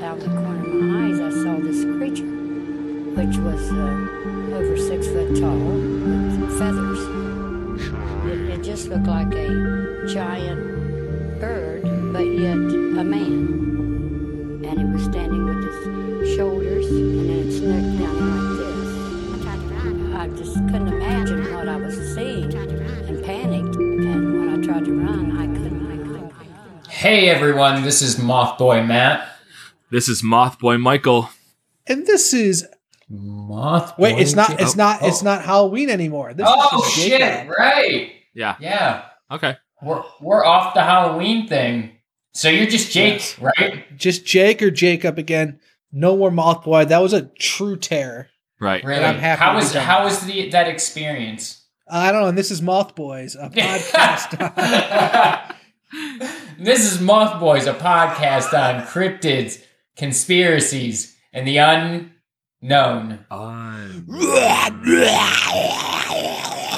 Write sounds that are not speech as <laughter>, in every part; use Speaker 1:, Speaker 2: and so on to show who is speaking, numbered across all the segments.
Speaker 1: uh, the corner of my eyes, I saw this creature, which was uh, over six foot tall with feathers. It, it just looked like a giant bird, but yet a man. And it was standing with its shoulders and then its neck down like this. I just couldn't imagine what I was seeing and panicked. And when I tried to run, I couldn't. I couldn't.
Speaker 2: Hey everyone, this is Mothboy Matt.
Speaker 3: This is Mothboy Michael.
Speaker 4: And this is
Speaker 2: Mothboy.
Speaker 4: wait, it's not, it's
Speaker 2: Oh,
Speaker 4: not, it's
Speaker 2: oh.
Speaker 4: not Halloween anymore. This
Speaker 2: Oh
Speaker 4: is just
Speaker 2: shit!
Speaker 4: daytime.
Speaker 2: Right?
Speaker 3: Yeah.
Speaker 2: Yeah,
Speaker 3: Okay.
Speaker 2: we're we're off the Halloween thing. So you're just Jake,
Speaker 4: Yes.
Speaker 2: right?
Speaker 4: Just Jake or Jacob again. No more Mothboy. That was a true terror.
Speaker 3: Right.
Speaker 2: Really?
Speaker 4: I'm happy
Speaker 2: how
Speaker 4: to be
Speaker 2: was
Speaker 4: done.
Speaker 2: how was the that experience?
Speaker 4: I don't know. And this is Mothboys,
Speaker 2: <laughs>
Speaker 4: a podcast.
Speaker 2: this is Moth Boys, a podcast on cryptids, conspiracies, and the unknown.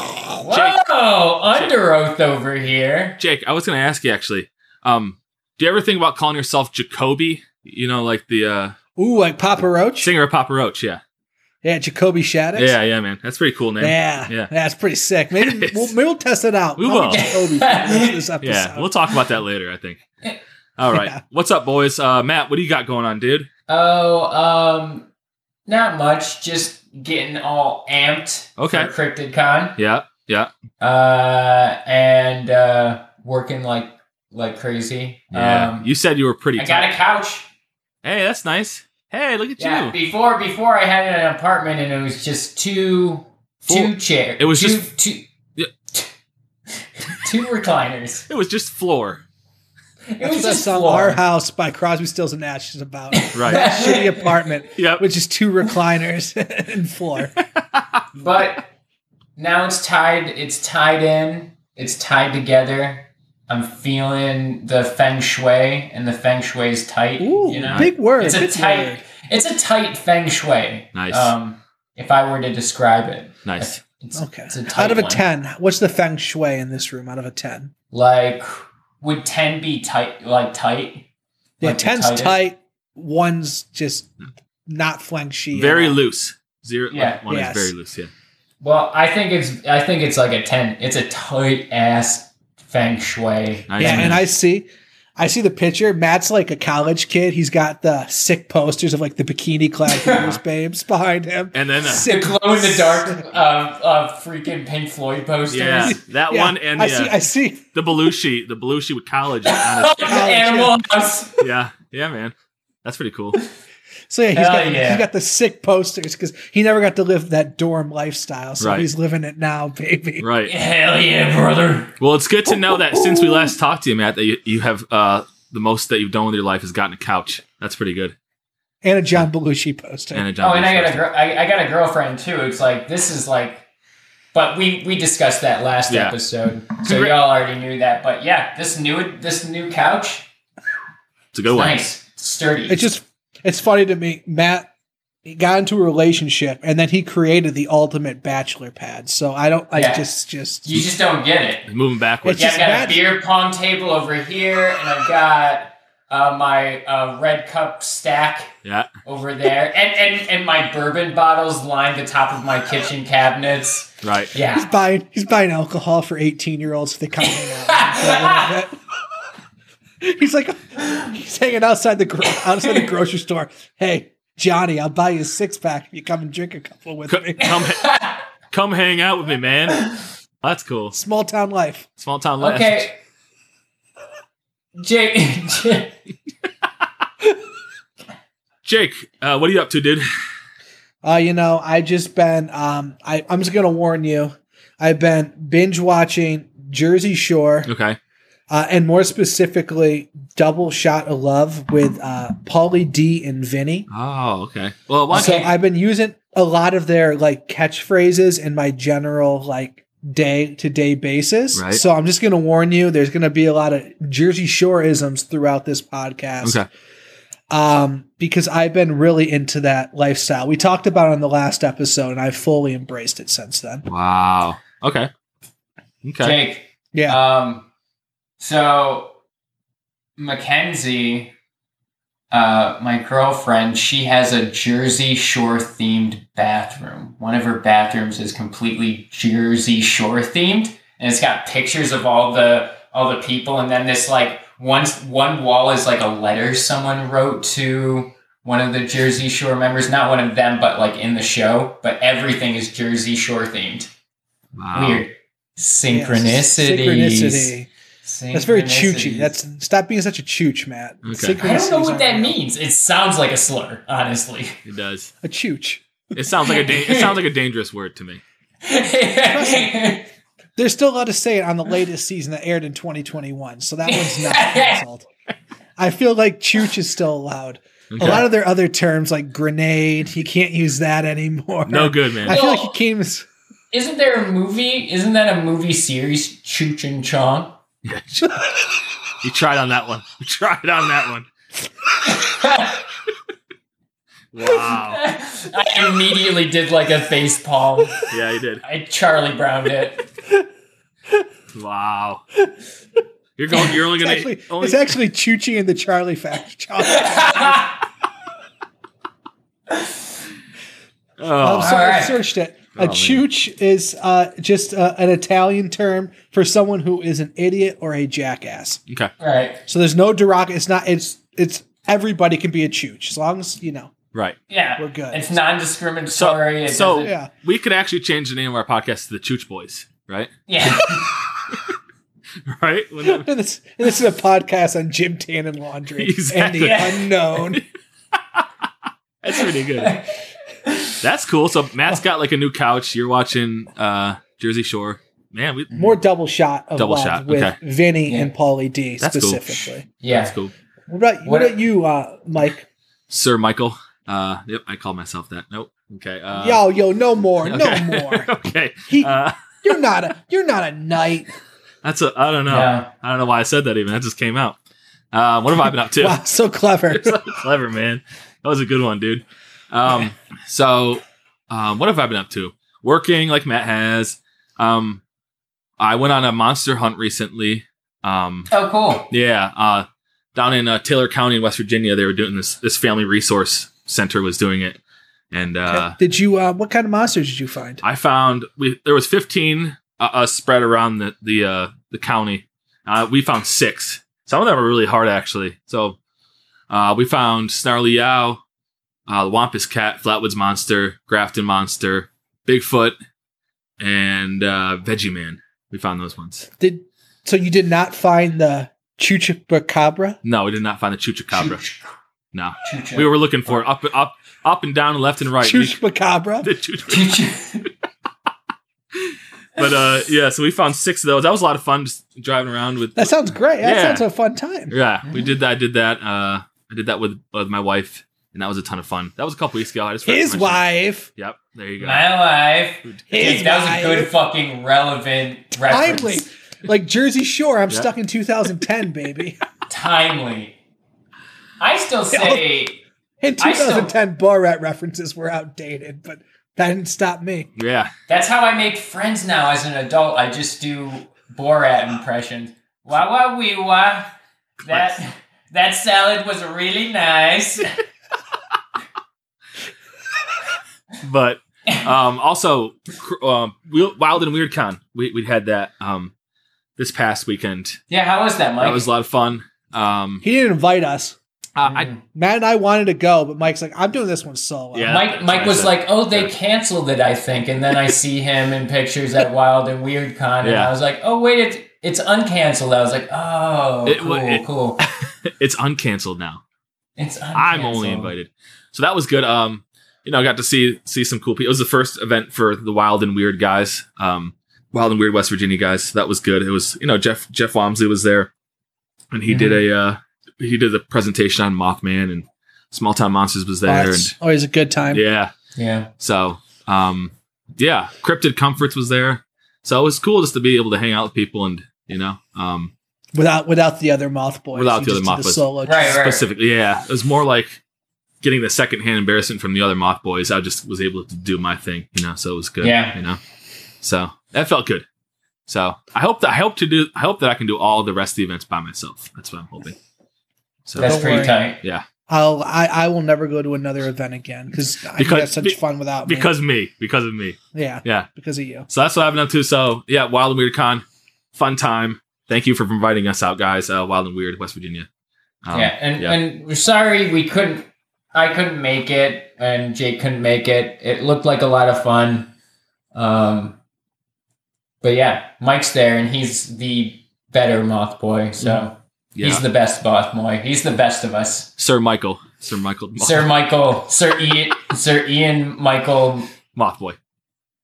Speaker 2: Whoa! Under oath over here.
Speaker 3: Jake, I was going to ask you actually. Um, do you ever think about calling yourself Jacoby? You know, like the uh,
Speaker 4: Ooh, like Papa Roach.
Speaker 3: singer of Papa Roach. Yeah.
Speaker 4: Yeah, Jacoby Shaddix.
Speaker 3: Yeah. Yeah, man. That's a pretty cool name.
Speaker 4: Yeah,
Speaker 3: Yeah.
Speaker 4: that's pretty sick.
Speaker 3: <laughs>
Speaker 4: Maybe
Speaker 3: It is.
Speaker 4: we'll, maybe we'll test it out.
Speaker 3: We
Speaker 4: Call me
Speaker 3: will.
Speaker 2: <laughs>
Speaker 4: Jacoby for the rest of this episode.
Speaker 3: Yeah, we'll talk about that later, I think. All right.
Speaker 4: <laughs> Yeah.
Speaker 3: What's up, boys? Uh, Matt, what do you got going on, dude?
Speaker 2: Oh, um, not much. Just getting all amped
Speaker 3: Okay.
Speaker 2: for Cryptid Con,
Speaker 3: Yeah. Yeah.
Speaker 2: uh, and uh, working like like crazy.
Speaker 3: Yeah.
Speaker 2: Um,
Speaker 3: you said you were pretty
Speaker 2: I got a couch.
Speaker 3: Hey, that's nice. Hey, look at
Speaker 2: Yeah,
Speaker 3: you.
Speaker 2: before before I had an apartment and it was just two two
Speaker 3: Full-
Speaker 2: chairs.
Speaker 3: it was
Speaker 2: two,
Speaker 3: just-
Speaker 2: two
Speaker 3: Yeah.
Speaker 2: <laughs> two recliners.
Speaker 3: It was just floor.
Speaker 2: It
Speaker 4: That's
Speaker 2: was
Speaker 4: what that
Speaker 2: just
Speaker 4: song
Speaker 2: floor.
Speaker 4: "Our House" by Crosby, Stills, and Nash is about. <laughs>
Speaker 2: <laughs>
Speaker 3: Right.
Speaker 4: Shitty apartment,
Speaker 3: yep.
Speaker 4: which is two recliners <laughs> and
Speaker 2: <laughs>
Speaker 4: floor.
Speaker 2: But now it's tied. It's tied in. It's tied together. I'm feeling the feng shui, and the feng shui is tight.
Speaker 4: Ooh,
Speaker 2: you know,
Speaker 4: big word.
Speaker 2: It's a
Speaker 4: big
Speaker 2: tight.
Speaker 4: word.
Speaker 2: It's a tight feng shui.
Speaker 3: Nice.
Speaker 2: Um, if I were to describe it,
Speaker 3: Nice.
Speaker 2: it's,
Speaker 4: Okay.
Speaker 2: It's a tight
Speaker 4: Out of a
Speaker 2: one.
Speaker 4: ten, what's the feng shui in this room? Out of a ten,
Speaker 2: Like, would ten be tight? Like tight?
Speaker 4: yeah,
Speaker 2: Like the
Speaker 4: ten's
Speaker 2: tightest?
Speaker 4: tight, one's just not feng shui.
Speaker 3: Very loose. Zero.
Speaker 2: Yeah.
Speaker 3: One
Speaker 4: Yes.
Speaker 3: is very loose. Yeah.
Speaker 2: Well, I think it's. I think it's like a ten. It's a tight ass feng shui.
Speaker 3: Nice.
Speaker 4: Yeah,
Speaker 3: man.
Speaker 4: and I see, I see the picture. Matt's like a college kid. He's got the sick posters of like the
Speaker 2: <laughs>
Speaker 4: bikini clad Bruce babes behind him.
Speaker 3: And then, uh,
Speaker 2: The glow in the dark uh, uh, freaking Pink Floyd posters. <laughs>
Speaker 3: yeah, that
Speaker 4: Yeah,
Speaker 3: one and
Speaker 4: I
Speaker 3: the,
Speaker 4: see.
Speaker 3: uh,
Speaker 4: I see.
Speaker 3: the Belushi, the Belushi with college. on
Speaker 2: Oh,
Speaker 4: <laughs>
Speaker 3: his-
Speaker 2: Animal House.
Speaker 3: yeah. Yeah, man. That's pretty cool.
Speaker 4: So yeah, he's
Speaker 2: Hell
Speaker 4: got
Speaker 2: yeah.
Speaker 4: he's got the sick posters because he never got to live that dorm lifestyle. So
Speaker 3: Right.
Speaker 4: he's living it now, baby.
Speaker 3: Right.
Speaker 2: Hell yeah, brother.
Speaker 3: Well, it's good to know that since we last talked to you, Matt, that you, you have uh, the most that you've done with your life is gotten a couch. That's pretty good.
Speaker 4: And a John Belushi poster.
Speaker 3: And a John
Speaker 2: Oh, and I
Speaker 3: Lewis
Speaker 2: got a
Speaker 3: poster.
Speaker 2: gr- I, I got a girlfriend too. It's like this is like, but we we discussed that last
Speaker 3: Yeah.
Speaker 2: episode, so
Speaker 3: Congra-
Speaker 2: y'all already knew that. But yeah, this new this new couch,
Speaker 3: It's a good one.
Speaker 2: nice, sturdy.
Speaker 4: it's just it's funny to me. Matt he got into a relationship and then he created the ultimate bachelor pad. So I don't like
Speaker 2: Yeah.
Speaker 4: just just
Speaker 2: you just don't get it.
Speaker 3: Moving backwards.
Speaker 4: It's
Speaker 2: Yeah, I've
Speaker 4: just
Speaker 2: got
Speaker 4: bad.
Speaker 2: a beer pong table over here, and I've got uh, my uh, red cup stack
Speaker 3: Yeah.
Speaker 2: over there, and, and and my bourbon bottles line the top of my kitchen cabinets.
Speaker 3: Right.
Speaker 2: Yeah,
Speaker 4: he's buying he's buying alcohol for eighteen year olds if they come hang out.
Speaker 2: <laughs>
Speaker 4: with him for a little bit. he's like he's hanging outside the gro- outside the grocery store. Hey Johnny, I'll buy you a six pack if you come and drink a couple with me.
Speaker 3: Come, <laughs> ha- come hang out with me, man. That's cool.
Speaker 4: Small town life.
Speaker 3: Small town life.
Speaker 2: okay. <laughs> Jake, Jake,
Speaker 3: Jake, uh, what are you up to, dude? <laughs>
Speaker 4: Uh, you know, I just been um I, I'm just gonna warn you. I've been binge watching Jersey Shore,
Speaker 3: Okay.
Speaker 4: uh, and more specifically, Double Shot of Love with uh Paulie D and Vinny.
Speaker 3: Oh, okay. Well, why
Speaker 4: So
Speaker 3: don't you-
Speaker 4: I've been using a lot of their like catchphrases in my general like day to day basis.
Speaker 3: Right.
Speaker 4: So I'm just gonna warn you, there's gonna be a lot of Jersey Shore isms throughout this podcast.
Speaker 3: Okay.
Speaker 4: Um, because I've been really into that lifestyle. We talked about it on the last episode, and I've fully embraced it since then.
Speaker 3: Wow. Okay. Okay.
Speaker 2: Jake.
Speaker 4: Yeah.
Speaker 2: Um, so Mackenzie uh, my girlfriend, she has a Jersey Shore themed bathroom. One of her bathrooms is completely Jersey Shore themed, and it's got pictures of all the all the people, and then this like one one wall is like a letter someone wrote to one of the Jersey Shore members, not one of them, but like in the show. But everything is Jersey Shore themed.
Speaker 3: Wow.
Speaker 2: Weird
Speaker 4: Yeah,
Speaker 2: synchronicities.
Speaker 4: Synchronicity. That's very choochy.
Speaker 2: Synchronicities.
Speaker 4: That's stop being such a chooch, Matt.
Speaker 3: Okay.
Speaker 2: I don't know
Speaker 4: Synchronicities
Speaker 2: what that
Speaker 4: aren't real.
Speaker 2: means. It sounds like a slur, honestly. <laughs>
Speaker 3: It does.
Speaker 4: A chooch.
Speaker 3: It sounds like a da- it sounds like a dangerous word to me.
Speaker 2: yeah,
Speaker 4: They're still allowed to say it on the latest season that aired in 2021, so that
Speaker 2: <laughs>
Speaker 4: one's not canceled. I feel like chooch is still allowed.
Speaker 3: Okay.
Speaker 4: A lot of their other terms, like grenade, you can't use that anymore.
Speaker 3: no good,
Speaker 4: I
Speaker 3: man.
Speaker 4: feel like it came. as-
Speaker 2: Isn't there a movie? Isn't that a movie series? Chooch and Chong. <laughs>
Speaker 3: You tried on that one. You tried on that one. Wow.
Speaker 2: I immediately did like a face palm.
Speaker 3: Yeah, you did.
Speaker 2: I Charlie Browned it. <laughs>
Speaker 3: Wow. You're going. You're only
Speaker 4: It's
Speaker 3: gonna.
Speaker 4: actually,
Speaker 3: only,
Speaker 4: it's actually Choochie and the Charlie <laughs> Factor.
Speaker 3: oh,
Speaker 4: so I
Speaker 2: Alright.
Speaker 4: searched it.
Speaker 3: Oh,
Speaker 4: A
Speaker 3: man.
Speaker 4: chooch is uh, just uh, an Italian term for someone who is an idiot or a jackass.
Speaker 3: okay.
Speaker 2: right.
Speaker 4: So there's no derog. It's not. It's it's everybody can be a chooch as long as
Speaker 3: <laughs>
Speaker 4: you know.
Speaker 3: Right.
Speaker 2: Yeah.
Speaker 4: We're good.
Speaker 2: It's non-discriminatory. it
Speaker 3: so-
Speaker 2: doesn't-
Speaker 4: Yeah,
Speaker 3: We could actually change the name of our podcast to the Chooch Boys, right? <laughs>
Speaker 2: yeah.
Speaker 3: Right? Wouldn't that-
Speaker 4: and this and this is a podcast on Jim Tannen laundry
Speaker 3: Exactly.
Speaker 4: and the
Speaker 2: Yeah.
Speaker 4: unknown.
Speaker 3: That's pretty good. That's cool. So Matt's got like a new couch. You're watching uh Jersey Shore. Man, we,
Speaker 4: More double shot of
Speaker 3: Double
Speaker 4: love
Speaker 3: shot,
Speaker 4: with
Speaker 3: okay.
Speaker 4: Vinny
Speaker 2: Yeah.
Speaker 4: and Paulie D
Speaker 3: That's cool.
Speaker 4: specifically.
Speaker 2: Yeah.
Speaker 3: that's cool.
Speaker 4: What about what,
Speaker 2: What-
Speaker 4: about you, uh, Mike?
Speaker 3: Sir Michael. Uh, yep, I called myself that. Nope. Okay. Uh,
Speaker 4: yo, yo, no more, no
Speaker 3: okay. <laughs>
Speaker 4: more.
Speaker 3: okay.
Speaker 4: He,
Speaker 3: Uh,
Speaker 4: you're not a you're not a knight.
Speaker 3: that's a. I don't know.
Speaker 2: Yeah.
Speaker 3: I don't know why I said that. Even that just came out. Uh, what have I been
Speaker 4: <laughs>
Speaker 3: up to? <laughs>
Speaker 4: Wow, so clever.
Speaker 3: Clever man. That was a good one, dude. Um, so um, what have I been up to? Working like Matt has. Um, I went on a monster hunt recently. Um,
Speaker 2: Oh, cool.
Speaker 3: Yeah, uh, down in uh, Taylor County in West Virginia, they were doing this. This family resource center was doing it, and uh,
Speaker 4: did you? Uh, what kind of monsters did you find?
Speaker 3: I found we there was fifteen uh, uh, spread around the the uh, the county. Uh, we found six. Some of them are really hard actually. So uh, we found Snarly Yow, uh, the Wampus Cat, Flatwoods Monster, Grafton Monster, Bigfoot, and uh, Veggie Man. We found those ones.
Speaker 4: Did so? You did not find the Chuchipacabra.
Speaker 3: No, we did not find the Chupacabra. No.
Speaker 2: Chooch.
Speaker 3: We were looking for it up, up, up and down, left and right.
Speaker 4: Chuchipacabra.
Speaker 3: <laughs> The choo- <laughs>
Speaker 2: Chooch.
Speaker 3: but uh, yeah, so we found six of those. That was a lot of fun, just driving around with.
Speaker 4: That sounds great. That
Speaker 3: Yeah.
Speaker 4: sounds like a fun time.
Speaker 3: yeah, we did that. I did that. Uh, I did that with, with my wife, and that was a ton of fun. That was a couple weeks ago. I just forgot to
Speaker 4: His
Speaker 3: mention-
Speaker 4: wife.
Speaker 3: Yep, there you go.
Speaker 2: My life.
Speaker 4: His
Speaker 2: Dude, that was a
Speaker 4: wife.
Speaker 2: good fucking relevant reference.
Speaker 4: Timely. Like Jersey Shore. I'm
Speaker 3: Yeah.
Speaker 4: stuck in
Speaker 3: <laughs>
Speaker 4: 2010, baby.
Speaker 2: Timely. I still say.
Speaker 4: And
Speaker 2: I still-
Speaker 4: 2010 Borat references were outdated, but that didn't stop me.
Speaker 3: Yeah,
Speaker 2: That's how I make friends now as an adult. I just do Borat impressions. Wah wah wee wah. That that salad was really nice.
Speaker 3: <laughs> but um, also cr- um, Wild- Wild and Weird Con. We we had that um, this past weekend.
Speaker 2: Yeah, how was that, Mike?
Speaker 3: That was a lot of fun. Um,
Speaker 4: He didn't invite us.
Speaker 3: uh, I
Speaker 2: Mm.
Speaker 4: Matt and I wanted to go, but Mike's like, I'm doing this one solo.
Speaker 3: Yeah.
Speaker 2: Mike Mike was like, "Oh, they canceled it, I think." And then I see him in pictures at Wild and Weird Con, and
Speaker 3: Yeah.
Speaker 2: I was like, "Oh, wait, it's it's uncanceled." I was like, "Oh,
Speaker 3: It
Speaker 2: cool,
Speaker 3: wa- it- <laughs>
Speaker 2: cool."
Speaker 3: it's uncanceled now.
Speaker 2: It's uncanceled.
Speaker 3: I'm only invited. So that was good. Um, you know, I got to see see some cool people. It was the first event for the Wild and Weird guys, um, Wild and Weird West Virginia guys. So that was good. It was you know Jeff Jeff Wamsley was there, and he did a uh, he did a presentation on Mothman and Small Town Monsters was there,
Speaker 4: That's always a good time.
Speaker 3: and yeah,
Speaker 2: Yeah,
Speaker 3: so um, yeah, Cryptid Comforts was there. So it was cool just to be able to hang out with people and you know um,
Speaker 4: Without without the other moth boys.
Speaker 3: Without
Speaker 4: You
Speaker 3: the other
Speaker 4: just did
Speaker 3: Moth Boys.
Speaker 4: Solo
Speaker 2: Right, right.
Speaker 3: specifically yeah it was more like getting the secondhand embarrassment from the other moth boys i just was able to do my thing you know so it was good
Speaker 2: Yeah.
Speaker 3: you know so that felt good so i hope that i hope to do i hope that i can do all the rest of the events by myself that's what i'm hoping so
Speaker 2: that's
Speaker 4: Don't
Speaker 2: pretty <laughs>
Speaker 4: worry.
Speaker 2: tight.
Speaker 4: I'll I, I will never go to another event again because I
Speaker 3: Because-
Speaker 4: had such
Speaker 3: be-
Speaker 4: fun without me.
Speaker 3: because of me, because of me.
Speaker 4: yeah,
Speaker 3: Yeah.
Speaker 4: because of you.
Speaker 3: So that's what I've been up to. So yeah, Wild and Weird Con, fun time. Thank you for inviting us out, guys. Uh, Wild and Weird, West Virginia. Um,
Speaker 2: yeah, and and we're sorry we couldn't. I couldn't make it, and Jake couldn't make it. It looked like a lot of fun, um, but yeah, Mike's there, and he's the better moth boy. So
Speaker 3: yeah.
Speaker 2: he's the best moth boy. He's the best of us.
Speaker 3: Sir Michael, Sir Michael, Moth, <laughs>
Speaker 2: Sir Michael, Sir Ian, Sir Ian Michael
Speaker 3: Mothboy.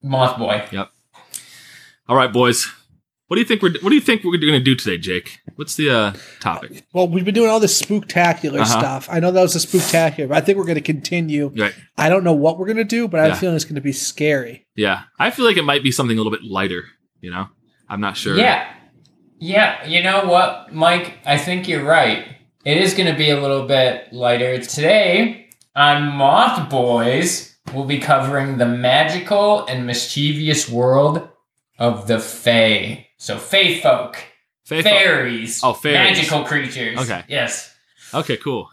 Speaker 2: Moth Boy.
Speaker 3: All right, boys. What do you think we're What do you think we're going to do today, Jake? What's the uh, topic?
Speaker 4: Well, we've been doing all this spooktacular
Speaker 3: Uh-huh.
Speaker 4: stuff. I know that was a spooktacular, but I think we're going to continue.
Speaker 3: Right.
Speaker 4: I don't know what we're going to do, but I have
Speaker 3: Yeah.
Speaker 4: a feeling it's going to be scary.
Speaker 3: Yeah, I feel like it might be something a little bit lighter. You know, I'm not sure.
Speaker 2: Yeah. Yeah, you know what, Mike? I think you're right. It is going to be a little bit lighter. Today on Moth Boys, we'll be covering the magical and mischievous world of the Fae. So, Fae folk,
Speaker 3: Fae folk.
Speaker 2: fairies,
Speaker 3: Oh, fairies.
Speaker 2: magical creatures.
Speaker 3: Okay.
Speaker 2: Yes.
Speaker 3: Okay, cool.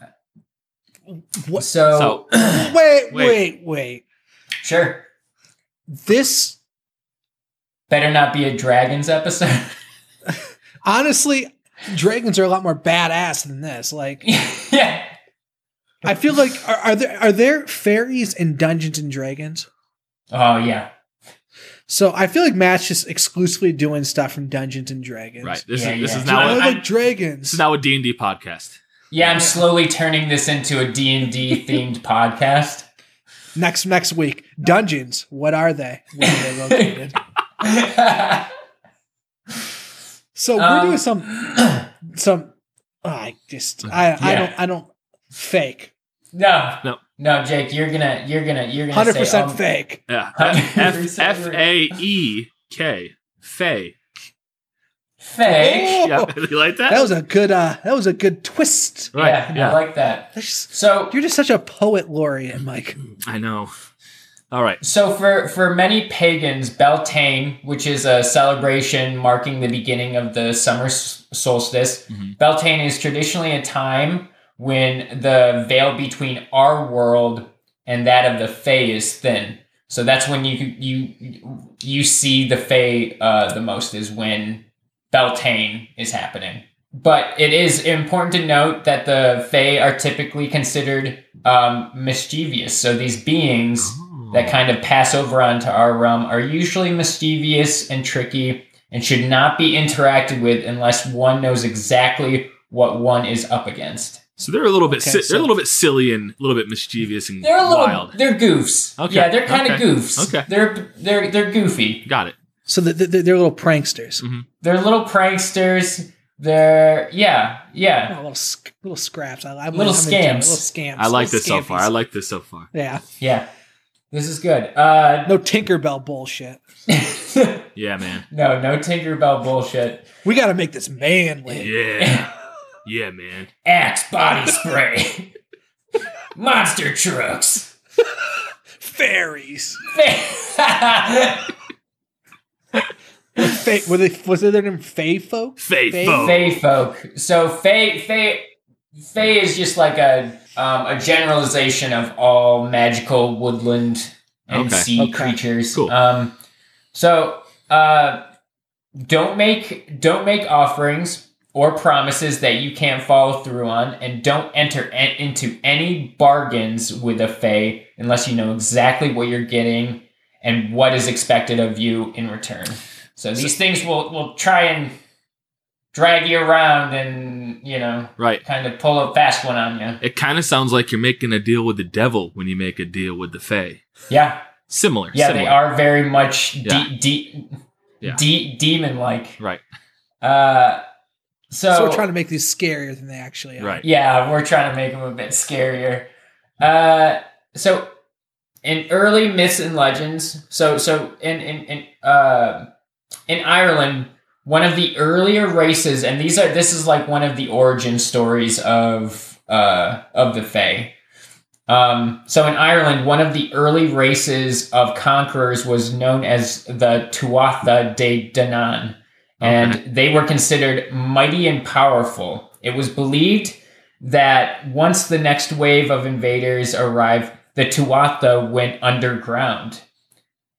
Speaker 4: What?
Speaker 2: So,
Speaker 3: So
Speaker 4: wait,
Speaker 3: Wait.
Speaker 4: wait, wait.
Speaker 2: <clears throat> sure.
Speaker 4: This
Speaker 2: Better not be a dragons episode. <laughs>
Speaker 4: honestly, dragons are a lot more badass than this. Like,
Speaker 2: yeah.
Speaker 4: I feel like are, are there are there fairies in Dungeons and Dragons?
Speaker 2: Oh, yeah.
Speaker 4: So I feel like Matt's just exclusively doing stuff from Dungeons and Dragons.
Speaker 3: right, this
Speaker 2: Yeah,
Speaker 3: is this
Speaker 2: yeah.
Speaker 3: is
Speaker 4: Now
Speaker 3: now
Speaker 4: I
Speaker 3: a,
Speaker 4: like
Speaker 3: I-
Speaker 4: dragons.
Speaker 3: this is now a D and D podcast.
Speaker 2: Yeah, I'm slowly turning this into a D&D
Speaker 3: <laughs>
Speaker 2: themed podcast.
Speaker 4: next next week, dungeons. What are they? Where are they
Speaker 3: <laughs>
Speaker 4: located? So we're
Speaker 2: Um,
Speaker 4: doing some some. oh, I just I I
Speaker 2: Yeah.
Speaker 4: don't I don't fake
Speaker 2: <clears throat> No,
Speaker 3: No.
Speaker 2: no, Jake, you're gonna, you're gonna, you're gonna
Speaker 4: hundred
Speaker 2: say,
Speaker 4: percent
Speaker 2: um,
Speaker 4: fake.
Speaker 3: Yeah, F
Speaker 2: <laughs> Hundred
Speaker 3: F
Speaker 2: percent.
Speaker 3: A E K. Fae.
Speaker 2: fake.
Speaker 4: Oh,
Speaker 3: Yeah,
Speaker 2: <laughs>
Speaker 3: you like that?
Speaker 4: That was a good uh that was a good twist.
Speaker 3: right.
Speaker 2: Yeah,
Speaker 3: Yeah,
Speaker 2: I like that.
Speaker 4: That's just-
Speaker 2: So,
Speaker 4: you're just such a poet laureate, Mike.
Speaker 3: I know. All right.
Speaker 2: so for for many pagans, Beltane, which is a celebration marking the beginning of the summer s- solstice, Beltane is traditionally a time when the veil between our world and that of the Fae is thin. So that's when you you you see the Fae uh, the most is when Beltane is happening. But it is important to note that the Fae are typically considered um, mischievous. So these beings that kind of pass over onto our realm are usually mischievous and tricky and should not be interacted with unless one knows exactly what one is up against.
Speaker 3: So they're a little bit
Speaker 4: Okay,
Speaker 3: si-
Speaker 4: so-
Speaker 3: they're a little bit silly and a little bit mischievous and
Speaker 2: They're a little
Speaker 3: wild.
Speaker 2: they're goofs.
Speaker 3: Okay,
Speaker 2: Yeah, they're kind of
Speaker 3: okay,
Speaker 2: goofs.
Speaker 3: okay.
Speaker 2: They're they're they're goofy.
Speaker 3: Got it.
Speaker 4: So the, the, they're little pranksters,
Speaker 2: They're little pranksters. They're yeah, yeah.
Speaker 4: Oh, little sc- little scraps. I, I'm
Speaker 2: Little
Speaker 4: I'm into it.
Speaker 2: scams.
Speaker 4: little scams.
Speaker 3: I like
Speaker 4: little
Speaker 3: this so far.
Speaker 4: scampies.
Speaker 3: I like this so far.
Speaker 4: yeah,
Speaker 2: Yeah. This is good. Uh <laughs>
Speaker 4: no Tinkerbell bullshit.
Speaker 3: Yeah, man.
Speaker 2: no, no Tinkerbell bullshit.
Speaker 4: We got to make this manly.
Speaker 3: Yeah. yeah, man.
Speaker 2: Axe body spray. <laughs> Monster trucks. <laughs>
Speaker 4: Fairies.
Speaker 2: Fae
Speaker 4: Fae, were they? Was their name Fae folk?
Speaker 3: Fae
Speaker 4: Fae-
Speaker 3: folk.
Speaker 2: folk. So Fae, Fae, Fae is just like a um, a generalization of all magical woodland and
Speaker 3: Okay.
Speaker 2: sea
Speaker 4: Okay.
Speaker 2: creatures.
Speaker 3: Cool.
Speaker 2: Um, so uh, don't make don't make offerings or promises that you can't follow through on, and don't enter en- into any bargains with a Fae unless you know exactly what you're getting and what is expected of you in return. So these things will will try and drag you around and you know
Speaker 3: Right.
Speaker 2: kind of pull a fast one on you.
Speaker 3: It kind of sounds like you're making a deal with the devil when you make a deal with the Fae.
Speaker 2: Yeah,
Speaker 3: Similar.
Speaker 2: yeah,
Speaker 3: similar.
Speaker 2: they are very much de-
Speaker 3: Yeah.
Speaker 2: de-
Speaker 3: Yeah.
Speaker 2: de- demon like.
Speaker 3: Right. <laughs>
Speaker 2: Uh, so,
Speaker 4: So, we're trying to make these scarier than they actually are.
Speaker 3: Right.
Speaker 2: Yeah, we're trying to make them a bit scarier. Uh, so in early myths and legends, so so in in in uh, in Ireland, one of the earlier races, and these are this is like one of the origin stories of uh, of the Fae. Um, so in Ireland, one of the early races of conquerors was known as the Tuatha De Danann and they were considered mighty and powerful. It was believed that once the next wave of invaders arrived, the Tuatha went underground.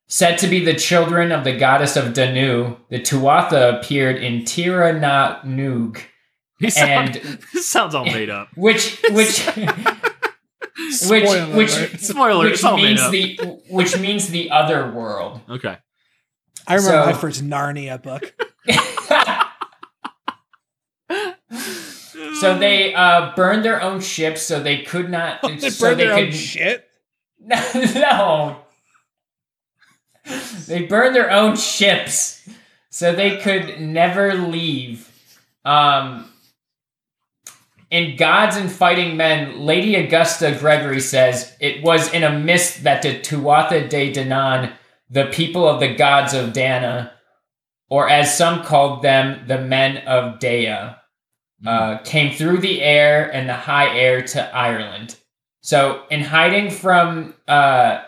Speaker 2: Said to be the children of the goddess of Danu, the Tuatha appeared in Tiranaug,
Speaker 3: He sound,
Speaker 2: And-
Speaker 3: <laughs> this sounds all
Speaker 2: <laughs>
Speaker 3: made up.
Speaker 4: <laughs>
Speaker 2: which which which
Speaker 4: Spoiler
Speaker 2: which
Speaker 4: alert.
Speaker 3: Spoiler,
Speaker 2: which
Speaker 3: it's all made
Speaker 2: means
Speaker 3: up.
Speaker 2: the which means the other world.
Speaker 3: okay.
Speaker 4: I remember
Speaker 2: So-
Speaker 4: my first Narnia book.
Speaker 2: So they uh, burned their own ships, so they could not.
Speaker 4: <laughs> they
Speaker 2: so
Speaker 4: burned
Speaker 2: they
Speaker 4: their
Speaker 2: could,
Speaker 4: own shit.
Speaker 2: No, no. They burned their own ships, so they could never leave. Um, in Gods and Fighting Men, Lady Augusta Gregory says it was in a mist that the Tuatha de Danann, the people of the gods of Dana, or as some called them, the men of Dea, uh, came through the air and the high air to Ireland. So in hiding from, uh,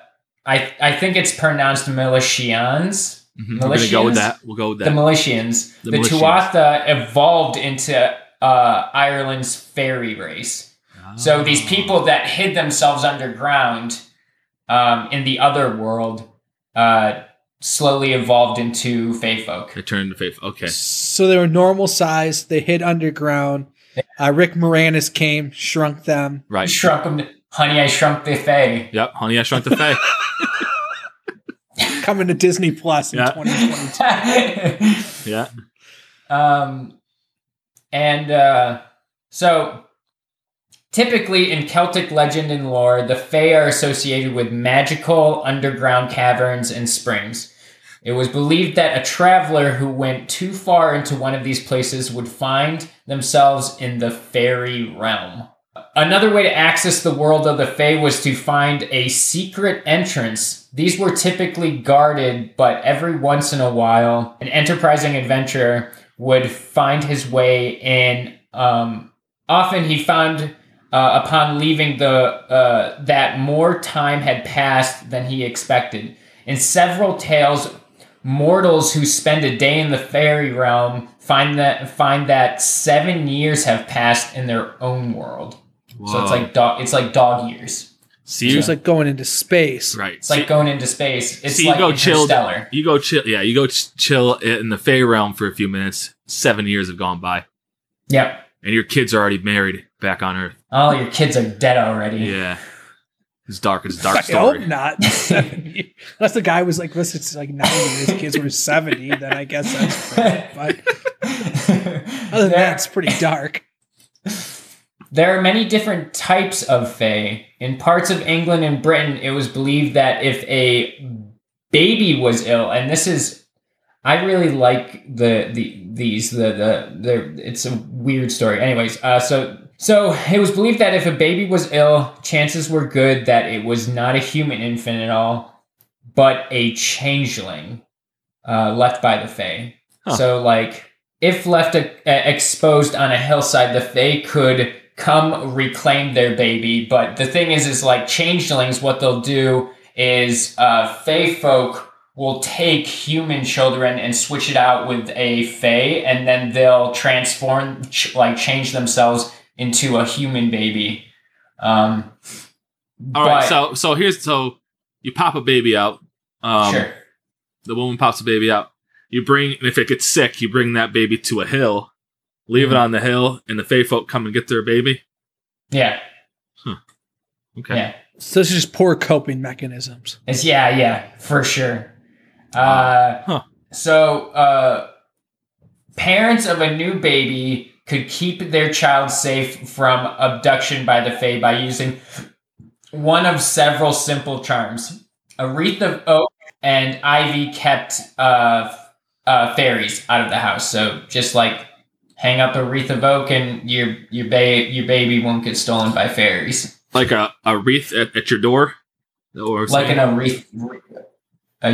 Speaker 2: I I think it's pronounced Militians.
Speaker 3: Mhm, We're gonna go with
Speaker 2: Militians?
Speaker 3: that. We'll go with
Speaker 2: The
Speaker 3: that.
Speaker 2: Militians,
Speaker 3: The
Speaker 2: the,
Speaker 3: Militians.
Speaker 2: Tuatha evolved into uh, Ireland's fairy race.
Speaker 3: Ah.
Speaker 2: So these people that hid themselves underground um, in the other world uh, slowly evolved into Fey folk.
Speaker 3: They turned into faith. Okay.
Speaker 4: So they were normal size. They hid underground. Uh, Rick Moranis came, shrunk them.
Speaker 3: Right.
Speaker 2: Shrunk them, honey. I shrunk the
Speaker 3: <laughs>
Speaker 2: Fey. <laughs>
Speaker 3: Yep. Honey, I shrunk the fae.
Speaker 4: Coming to Disney Plus in
Speaker 3: Yeah.
Speaker 4: 2020.
Speaker 3: Yeah.
Speaker 2: Um, and uh, so, typically in Celtic legend and lore, the Fae are associated with magical underground caverns and springs. It was believed that a traveler who went too far into one of these places would find themselves in the fairy realm. Another way to access the world of the Fae was to find a secret entrance. These were typically guarded, but every once in a while, an enterprising adventurer would find his way in. Um, often he found uh, upon leaving the uh, that more time had passed than he expected. In several tales, mortals who spend a day in the fairy realm find that find that seven years have passed in their own world. So
Speaker 3: Whoa.
Speaker 2: it's like dog. It's like dog years.
Speaker 3: see
Speaker 4: It
Speaker 3: you.
Speaker 4: was like going into space.
Speaker 3: right.
Speaker 2: It's like going into space. It's
Speaker 3: so you
Speaker 2: like
Speaker 3: go chill.
Speaker 2: interstellar.
Speaker 3: You go chill. Yeah, you go ch- chill in the Fey realm for a few minutes. Seven years have gone by,
Speaker 2: Yep.
Speaker 3: and your kids are already married back on Earth.
Speaker 2: All your kids are dead already. <laughs>
Speaker 3: Yeah, it's dark. It's a
Speaker 4: I
Speaker 3: dark
Speaker 4: hope
Speaker 3: story. <laughs>
Speaker 4: not. <laughs> Seven years. Unless the guy was like, listen, it's like 90, his kids were 70, then I guess that's fair. But other than that,
Speaker 2: There-
Speaker 4: it's pretty dark.
Speaker 2: There are many different types of fae. In parts of England and Britain, it was believed that if a baby was ill, and this is, I really like the the these the the, the it's a weird story. Anyways, uh, so so it was believed that if a baby was ill, chances were good that it was not a human infant at all, but a changeling uh, left by the fae.
Speaker 3: Huh.
Speaker 2: So like if left uh, exposed on a hillside, the Fae could come reclaim their baby. But the thing is, is like changelings, what they'll do is uh, Fae folk will take human children and switch it out with a Fae, and then they'll transform, ch- like change themselves into a human baby. Um,
Speaker 3: All right.
Speaker 2: but-
Speaker 3: So so here's so you pop a baby out. Um,
Speaker 2: sure.
Speaker 3: The woman pops a baby out. You bring and if it gets sick, you bring that baby to a hill, leave it
Speaker 2: Mhm.
Speaker 3: on the hill, and the Fey folk come and get their baby.
Speaker 2: Yeah.
Speaker 3: Okay.
Speaker 2: Yeah.
Speaker 4: So this is just poor coping mechanisms.
Speaker 2: It's yeah, yeah, for sure. Uh,
Speaker 3: Huh.
Speaker 2: So uh, parents of a new baby could keep their child safe from abduction by the Fae by using one of several simple charms. A wreath of oak and ivy kept uh, uh, fairies out of the house. So just like hang up a wreath of oak and your your ba- your baby won't get stolen by fairies
Speaker 3: Like a, a wreath at, at your door, or
Speaker 2: like an urethra, a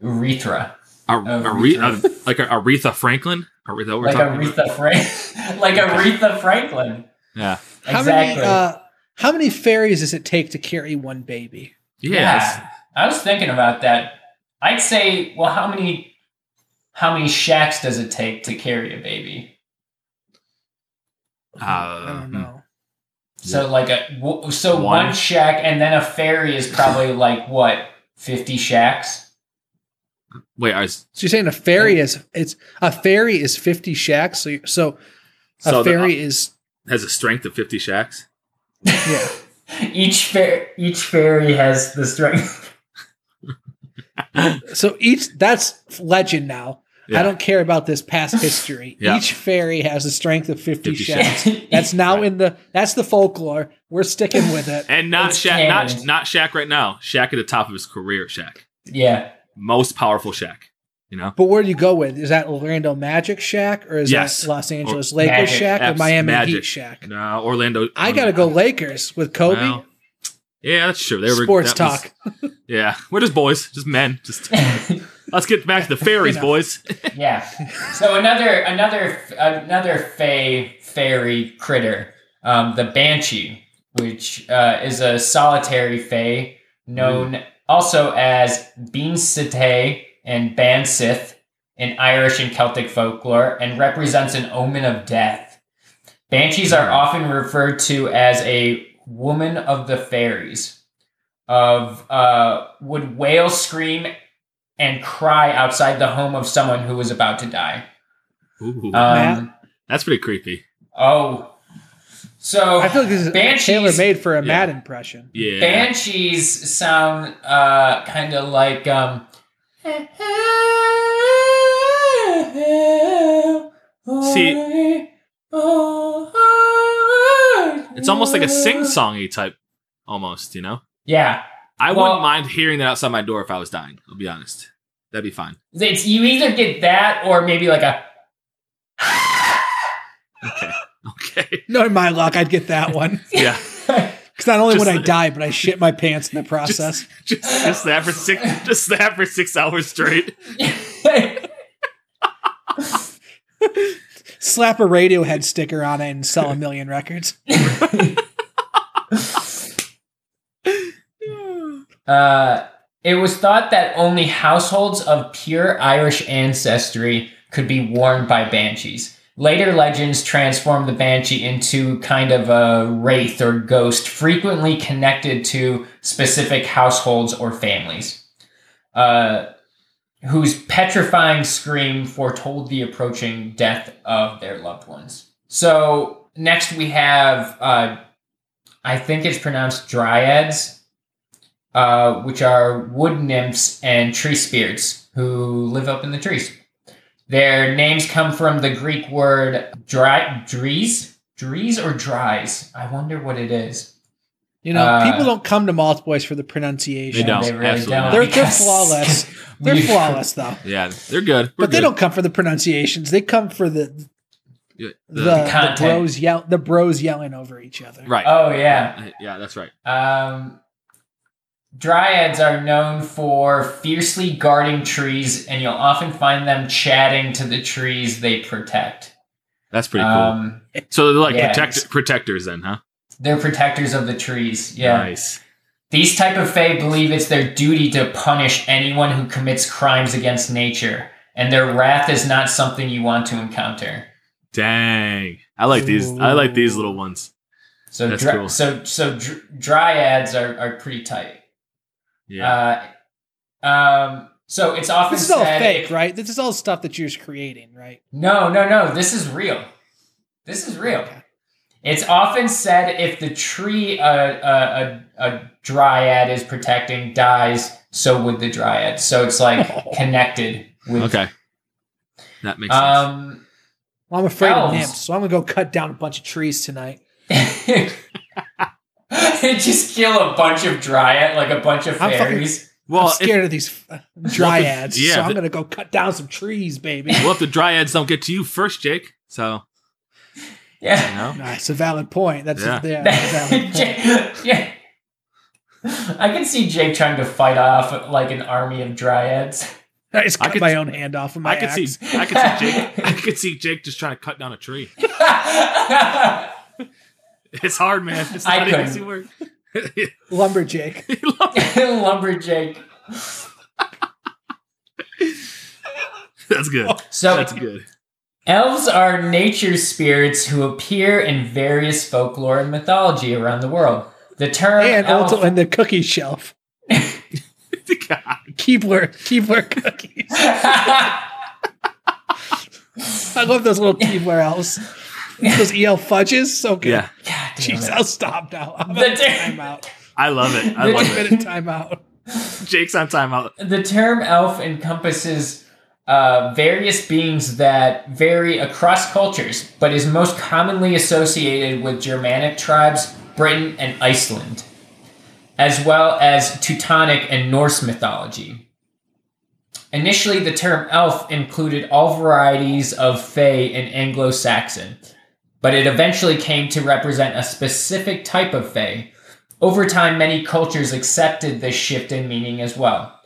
Speaker 2: urethra,
Speaker 3: a,
Speaker 2: urethra.
Speaker 3: Aretha, like a Aretha Franklin. Aretha, we're
Speaker 2: like
Speaker 3: talking about?
Speaker 2: Aretha Frank, <laughs> like Aretha Franklin.
Speaker 3: Yeah.
Speaker 4: How many
Speaker 2: Exactly.
Speaker 4: uh, how many fairies does it take to carry one baby?
Speaker 3: Yeah. that's-
Speaker 2: yeah, I was thinking about that. I'd say, well, how many, how many shacks does it take to carry a baby?
Speaker 3: Uh,
Speaker 4: I don't know.
Speaker 2: So like a w- so
Speaker 3: One.
Speaker 2: one. shack and then a ferry is
Speaker 3: <laughs>
Speaker 2: probably like what fifty shacks.
Speaker 3: Wait, I was,
Speaker 4: So you're saying a ferry is it's a ferry is 50 shacks. So you, so
Speaker 3: So
Speaker 4: a
Speaker 3: the- uh,
Speaker 4: ferry is
Speaker 3: has a strength of 50 shacks.
Speaker 4: yeah.
Speaker 2: <laughs> Each fer- each ferry has the strength.
Speaker 4: So each that's legend now.
Speaker 3: Yeah.
Speaker 4: I don't care about this past history.
Speaker 3: <laughs> Yeah.
Speaker 4: Each fairy has a strength of
Speaker 3: 50
Speaker 4: 50, shacks. <laughs> That's now in the that's the folklore. We're sticking with it.
Speaker 3: <laughs> And not
Speaker 2: It's
Speaker 3: Shaq, not
Speaker 2: canon.
Speaker 3: not Shaq right now. Shaq at the top of his career. Shaq,
Speaker 2: <laughs> yeah.
Speaker 3: most powerful Shaq. You know,
Speaker 4: But where do you go with? Is that Orlando Magic Shack or is
Speaker 3: Yes.
Speaker 4: that Los Angeles
Speaker 3: Or-
Speaker 4: Lakers
Speaker 2: Magic.
Speaker 4: Shack or
Speaker 3: Abs-
Speaker 4: Miami
Speaker 3: Magic.
Speaker 4: Heat Shack?
Speaker 3: no uh, Orlando. um,
Speaker 4: I gotta go Lakers with Kobe.
Speaker 3: Well, yeah, that's true. They were
Speaker 4: Sports
Speaker 3: that was-
Speaker 4: talk.
Speaker 3: yeah, we're just boys, just men. Just let's get back to the
Speaker 4: <laughs>
Speaker 3: fairies,
Speaker 4: Enough.
Speaker 3: boys.
Speaker 2: Yeah. So another another another fey fairy critter, um, the banshee, which uh, is a solitary fey known also as Beansite and Bansith in Irish and Celtic folklore, and represents an omen of death. Banshees
Speaker 4: Hmm.
Speaker 2: are often referred to as a woman of the fairies. Of uh, would wail, scream, and cry outside the home of someone who was about to die.
Speaker 3: Ooh,
Speaker 4: Matt?
Speaker 2: Um,
Speaker 3: that's pretty creepy.
Speaker 2: oh, so
Speaker 4: I feel like this is
Speaker 2: Banshees-
Speaker 4: tailor made for a
Speaker 3: Yeah.
Speaker 4: Mad impression.
Speaker 3: Yeah,
Speaker 2: banshees sound uh, kind of like um.
Speaker 3: See- it's almost like a sing-songy type, almost. You know,
Speaker 2: Yeah,
Speaker 3: I
Speaker 2: Well-
Speaker 3: wouldn't mind hearing that outside my door if I was dying. I'll be honest, that'd be fine. <laughs>
Speaker 2: it's, you either get that or maybe like a <laughs> <laughs>
Speaker 3: Okay,
Speaker 4: No, in my luck, I'd get that one. <laughs>
Speaker 3: yeah,
Speaker 4: Because not only
Speaker 3: Just
Speaker 4: would I
Speaker 3: the-
Speaker 4: die, but I shit my pants
Speaker 3: <laughs>
Speaker 4: in the process.
Speaker 3: just just that for six, just that for six hours straight.
Speaker 4: Slap a Radiohead sticker on it and
Speaker 3: <laughs>
Speaker 4: sell a million records.
Speaker 2: Uh, it was thought that only households of pure Irish ancestry could be warned by banshees. Later legends transformed the banshee into kind of a wraith or ghost, frequently connected to specific households or families, uh, whose petrifying scream foretold the approaching death of their loved ones. So, next we have, uh, I think it's pronounced dryads uh, which are wood nymphs and tree spirits who live up in the trees. Their names come from the Greek word dry, dries, dries or dries. I wonder what it is.
Speaker 4: You know,
Speaker 2: Uh,
Speaker 4: people don't come to Malt Boys for the pronunciation.
Speaker 3: They don't.
Speaker 2: They really
Speaker 3: Absolutely
Speaker 2: don't.
Speaker 3: not.
Speaker 4: They're, they're
Speaker 2: Because-
Speaker 3: <laughs>
Speaker 4: flawless.
Speaker 2: <laughs>
Speaker 4: They're
Speaker 2: We-
Speaker 4: flawless, though.
Speaker 3: Yeah, they're good. <laughs> We're
Speaker 4: but they
Speaker 3: good.
Speaker 4: don't come for the pronunciations. They come for the
Speaker 3: Yeah,
Speaker 4: the,
Speaker 3: the-
Speaker 4: the
Speaker 2: content.
Speaker 4: bros yell the bros yelling over each other.
Speaker 3: right.
Speaker 2: Oh yeah.
Speaker 3: Uh, yeah, that's right.
Speaker 2: Um, dryads are known for fiercely guarding trees, and you'll often find them chatting to the trees they protect.
Speaker 3: That's pretty cool.
Speaker 2: Um,
Speaker 3: so they're like
Speaker 2: yeah,
Speaker 3: protect-
Speaker 2: it's-
Speaker 3: protectors, then, huh?
Speaker 2: they're protectors of the trees. Yeah.
Speaker 3: Nice.
Speaker 2: These type of fae believe it's their duty to punish anyone who commits crimes against nature, and their wrath is not something you want to encounter.
Speaker 3: Dang, I like these. I like these little ones.
Speaker 2: So,
Speaker 3: That's
Speaker 2: dry,
Speaker 3: cool.
Speaker 2: so, so dr- dryads are, are pretty tight. Um,
Speaker 3: Yeah,
Speaker 2: Uh, um, so it's often
Speaker 4: This is all
Speaker 2: said-
Speaker 4: fake, right? This is all stuff that you're just creating, right?
Speaker 2: No, no, no. This is real. This is real. It's often said if the tree a, a, a, a dryad is protecting dies, so would the dryad. So it's
Speaker 4: <laughs>
Speaker 2: like connected with.
Speaker 3: okay, that makes sense.
Speaker 2: Um,
Speaker 4: Well, I'm afraid of
Speaker 2: Elves.
Speaker 4: nymphs, so I'm gonna go cut down a bunch of trees tonight.
Speaker 2: <laughs> just kill a bunch of dryad, like a bunch of
Speaker 4: I'm fucking-
Speaker 2: fairies.
Speaker 3: Well,
Speaker 4: I'm
Speaker 3: if-
Speaker 4: scared of these uh, dryads,
Speaker 3: yeah,
Speaker 4: so I'm
Speaker 3: the-
Speaker 4: gonna go cut down some
Speaker 3: <laughs>
Speaker 4: trees, baby.
Speaker 3: well, if the dryads don't get to you first, Jake. So you
Speaker 4: <laughs>
Speaker 2: yeah. <laughs>
Speaker 3: know,
Speaker 4: Nah, It's a valid point. That's
Speaker 3: Yeah.
Speaker 4: a, yeah, that's
Speaker 3: <laughs>
Speaker 4: a valid point.
Speaker 2: Jake- yeah. I can see Jake trying to fight off like an army of dryads. <laughs>
Speaker 4: I just
Speaker 3: I
Speaker 4: cut
Speaker 3: could-
Speaker 4: my own hand off with my
Speaker 3: I could
Speaker 4: axe.
Speaker 3: see, I could see
Speaker 2: <laughs>
Speaker 3: Jake, I could see Jake just trying to cut down a tree.
Speaker 2: I
Speaker 3: It's hard, man. It's
Speaker 2: I
Speaker 3: not an
Speaker 2: couldn't.
Speaker 3: easy work. <laughs>
Speaker 4: lumberjack.
Speaker 2: Lumberjake.
Speaker 3: That's good.
Speaker 2: So Oh, <laughs>
Speaker 3: That's good.
Speaker 2: Elves are nature spirits who appear in various folklore and mythology around the world. The term
Speaker 4: <laughs> and
Speaker 2: elf- <laughs>
Speaker 4: also in the cookie shelf.
Speaker 3: God.
Speaker 4: Keebler, Keebler <laughs> cookies. I love those little Keebler elves. Those EL fudges, so good.
Speaker 3: Yeah,
Speaker 2: God damn
Speaker 4: Jeez,
Speaker 2: it.
Speaker 4: I'll stop now. I'm
Speaker 2: The
Speaker 4: on
Speaker 2: ter-
Speaker 4: timeout.
Speaker 3: I love it. I love
Speaker 4: One
Speaker 3: it.
Speaker 4: minute
Speaker 3: <laughs>
Speaker 4: timeout.
Speaker 3: Jake's on timeout.
Speaker 2: The term elf encompasses uh, various beings that vary across cultures, but is most commonly associated with Germanic tribes, Britain, and Iceland, as well as Teutonic and Norse mythology. Initially, the term elf included all varieties of Fey and Anglo Saxon, but it eventually came to represent a specific type of Fey. Over time, many cultures accepted this shift in meaning as well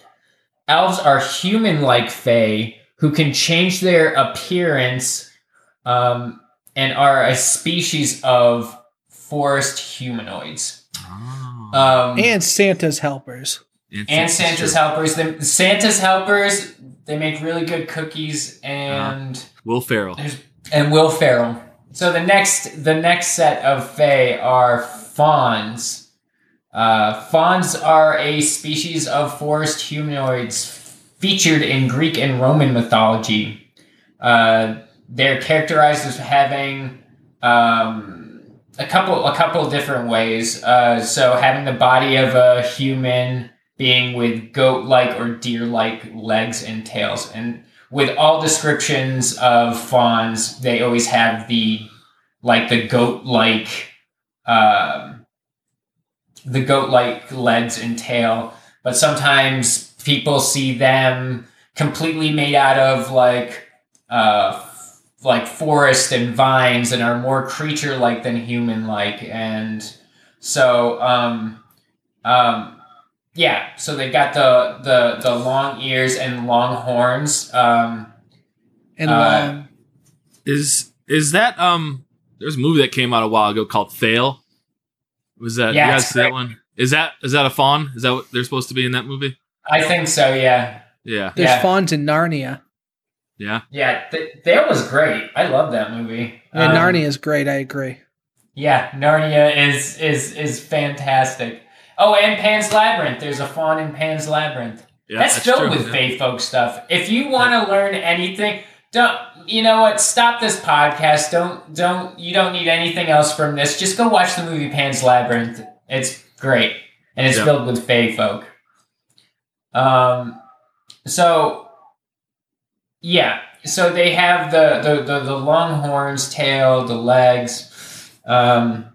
Speaker 2: elves are human like fae who can change their appearance um, and are a species of forest humanoids. Um,
Speaker 4: And Santa's helpers.
Speaker 3: Oh,
Speaker 2: and Santa's helpers. Them Santa's helpers. They make really good cookies and
Speaker 3: Will Ferrell.
Speaker 2: and Will Ferrell. So the next the next set of fae are fawns. Uh, fawns are a species of forest humanoids featured in Greek and Roman mythology. Uh, they're characterized as having um, a couple a couple different ways. Uh, so having the body of a human being with goat-like or deer-like legs and tails, and with all descriptions of fawns, they always have the like the goat-like um, the goat-like legs and tail. But sometimes people see them completely made out of like uh, f- like forest and vines and are more creature like than human like and so um um yeah so they've got the the the long ears and long horns um
Speaker 4: And
Speaker 2: Uh,
Speaker 4: um,
Speaker 3: Is is that um? There's a movie that came out a while ago called Thale. Was that
Speaker 2: Yeah,
Speaker 3: you guys
Speaker 2: it's
Speaker 3: see that
Speaker 2: great.
Speaker 3: one? Is that is that a fawn? Is that what they're supposed to be in that movie?
Speaker 2: i think so yeah
Speaker 3: Yeah,
Speaker 4: there's
Speaker 2: yeah.
Speaker 4: fawns in Narnia.
Speaker 3: yeah.
Speaker 2: yeah th- that was great i love that movie
Speaker 3: Uh,
Speaker 4: And
Speaker 2: Um,
Speaker 4: Narnia is great, I agree.
Speaker 2: yeah narnia is is is fantastic oh and pan's labyrinth there's a fawn in pan's labyrinth
Speaker 3: yeah
Speaker 2: that's, filled
Speaker 3: true,
Speaker 2: with
Speaker 3: yeah.
Speaker 2: faith folk stuff. If you want to learn anything, don't you know what? Stop this podcast. Don't don't you don't need anything else from this. Just go watch the movie Pan's Labyrinth. It's great and it's
Speaker 3: Yeah.
Speaker 2: filled with fae folk. Um, so yeah, so they have the the the, the long horns, tail, the legs. Um,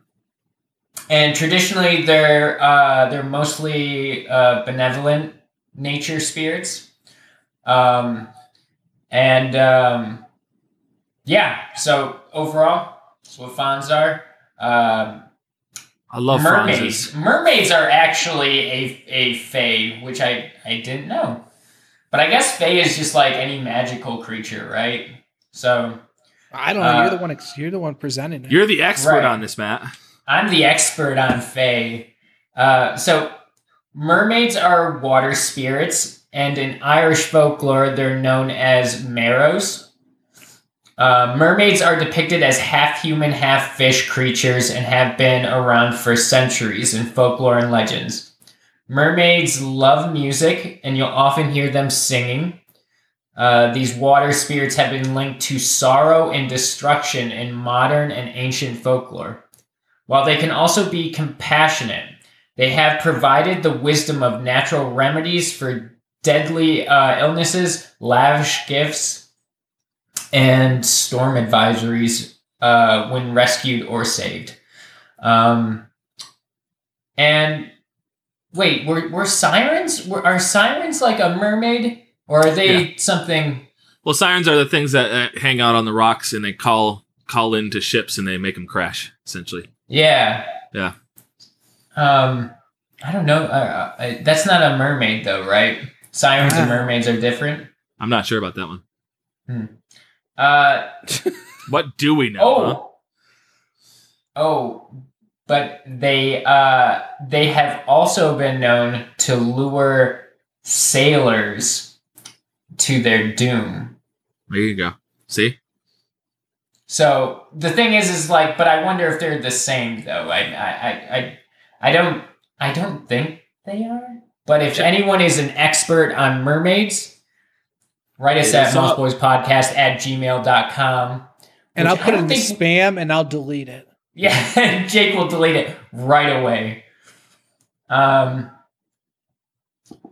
Speaker 2: and traditionally, they're uh, they're mostly uh, benevolent nature spirits. Um, and um, yeah, so overall, that's what fawns are. Um,
Speaker 3: I love
Speaker 2: mermaids.
Speaker 3: Franz's.
Speaker 2: Mermaids are actually a a fae, which I I didn't know. But I guess fae is just like any magical creature, right? So
Speaker 4: I don't know.
Speaker 2: uh,
Speaker 4: you're the one. ex- You're the one presenting it.
Speaker 3: You're the expert
Speaker 2: Right.
Speaker 3: on this, Matt.
Speaker 2: I'm the expert on Fae. Uh, so, mermaids are water spirits, and in Irish folklore, they're known as marrows. Uh, mermaids are depicted as half human, half fish creatures and have been around for centuries in folklore and legends. Mermaids love music, and you'll often hear them singing. Uh, these water spirits have been linked to sorrow and destruction in modern and ancient folklore. While they can also be compassionate, they have provided the wisdom of natural remedies for deadly uh, illnesses, lavish gifts, and storm advisories uh, when rescued or saved. Um, and wait, were, were sirens? Were, are sirens like a mermaid? Or are they something?
Speaker 3: Well, sirens are the things that uh, hang out on the rocks and they call call into ships and they make them crash. Essentially,
Speaker 2: Yeah.
Speaker 3: Yeah.
Speaker 2: Um, I don't know. Uh, I, that's not a mermaid, though, right? Sirens and
Speaker 4: Ah.
Speaker 2: mermaids are different.
Speaker 3: I'm not sure about that one.
Speaker 2: Uh,
Speaker 3: What do we know? huh?
Speaker 2: oh, oh, but they uh, they have also been known to lure sailors to their doom.
Speaker 3: There you go. See,
Speaker 2: So the thing is, is like, but I wonder if they're the same though. I, I, I, I, I don't, I don't think they are. But if anyone is an expert on mermaids, write us
Speaker 3: Hit
Speaker 2: at
Speaker 3: us up.
Speaker 2: mouseboyspodcast at gmail.com.
Speaker 4: And I'll put it in
Speaker 2: the
Speaker 4: spam and I'll delete it.
Speaker 2: <laughs> Yeah, Jake will delete it right away. Um,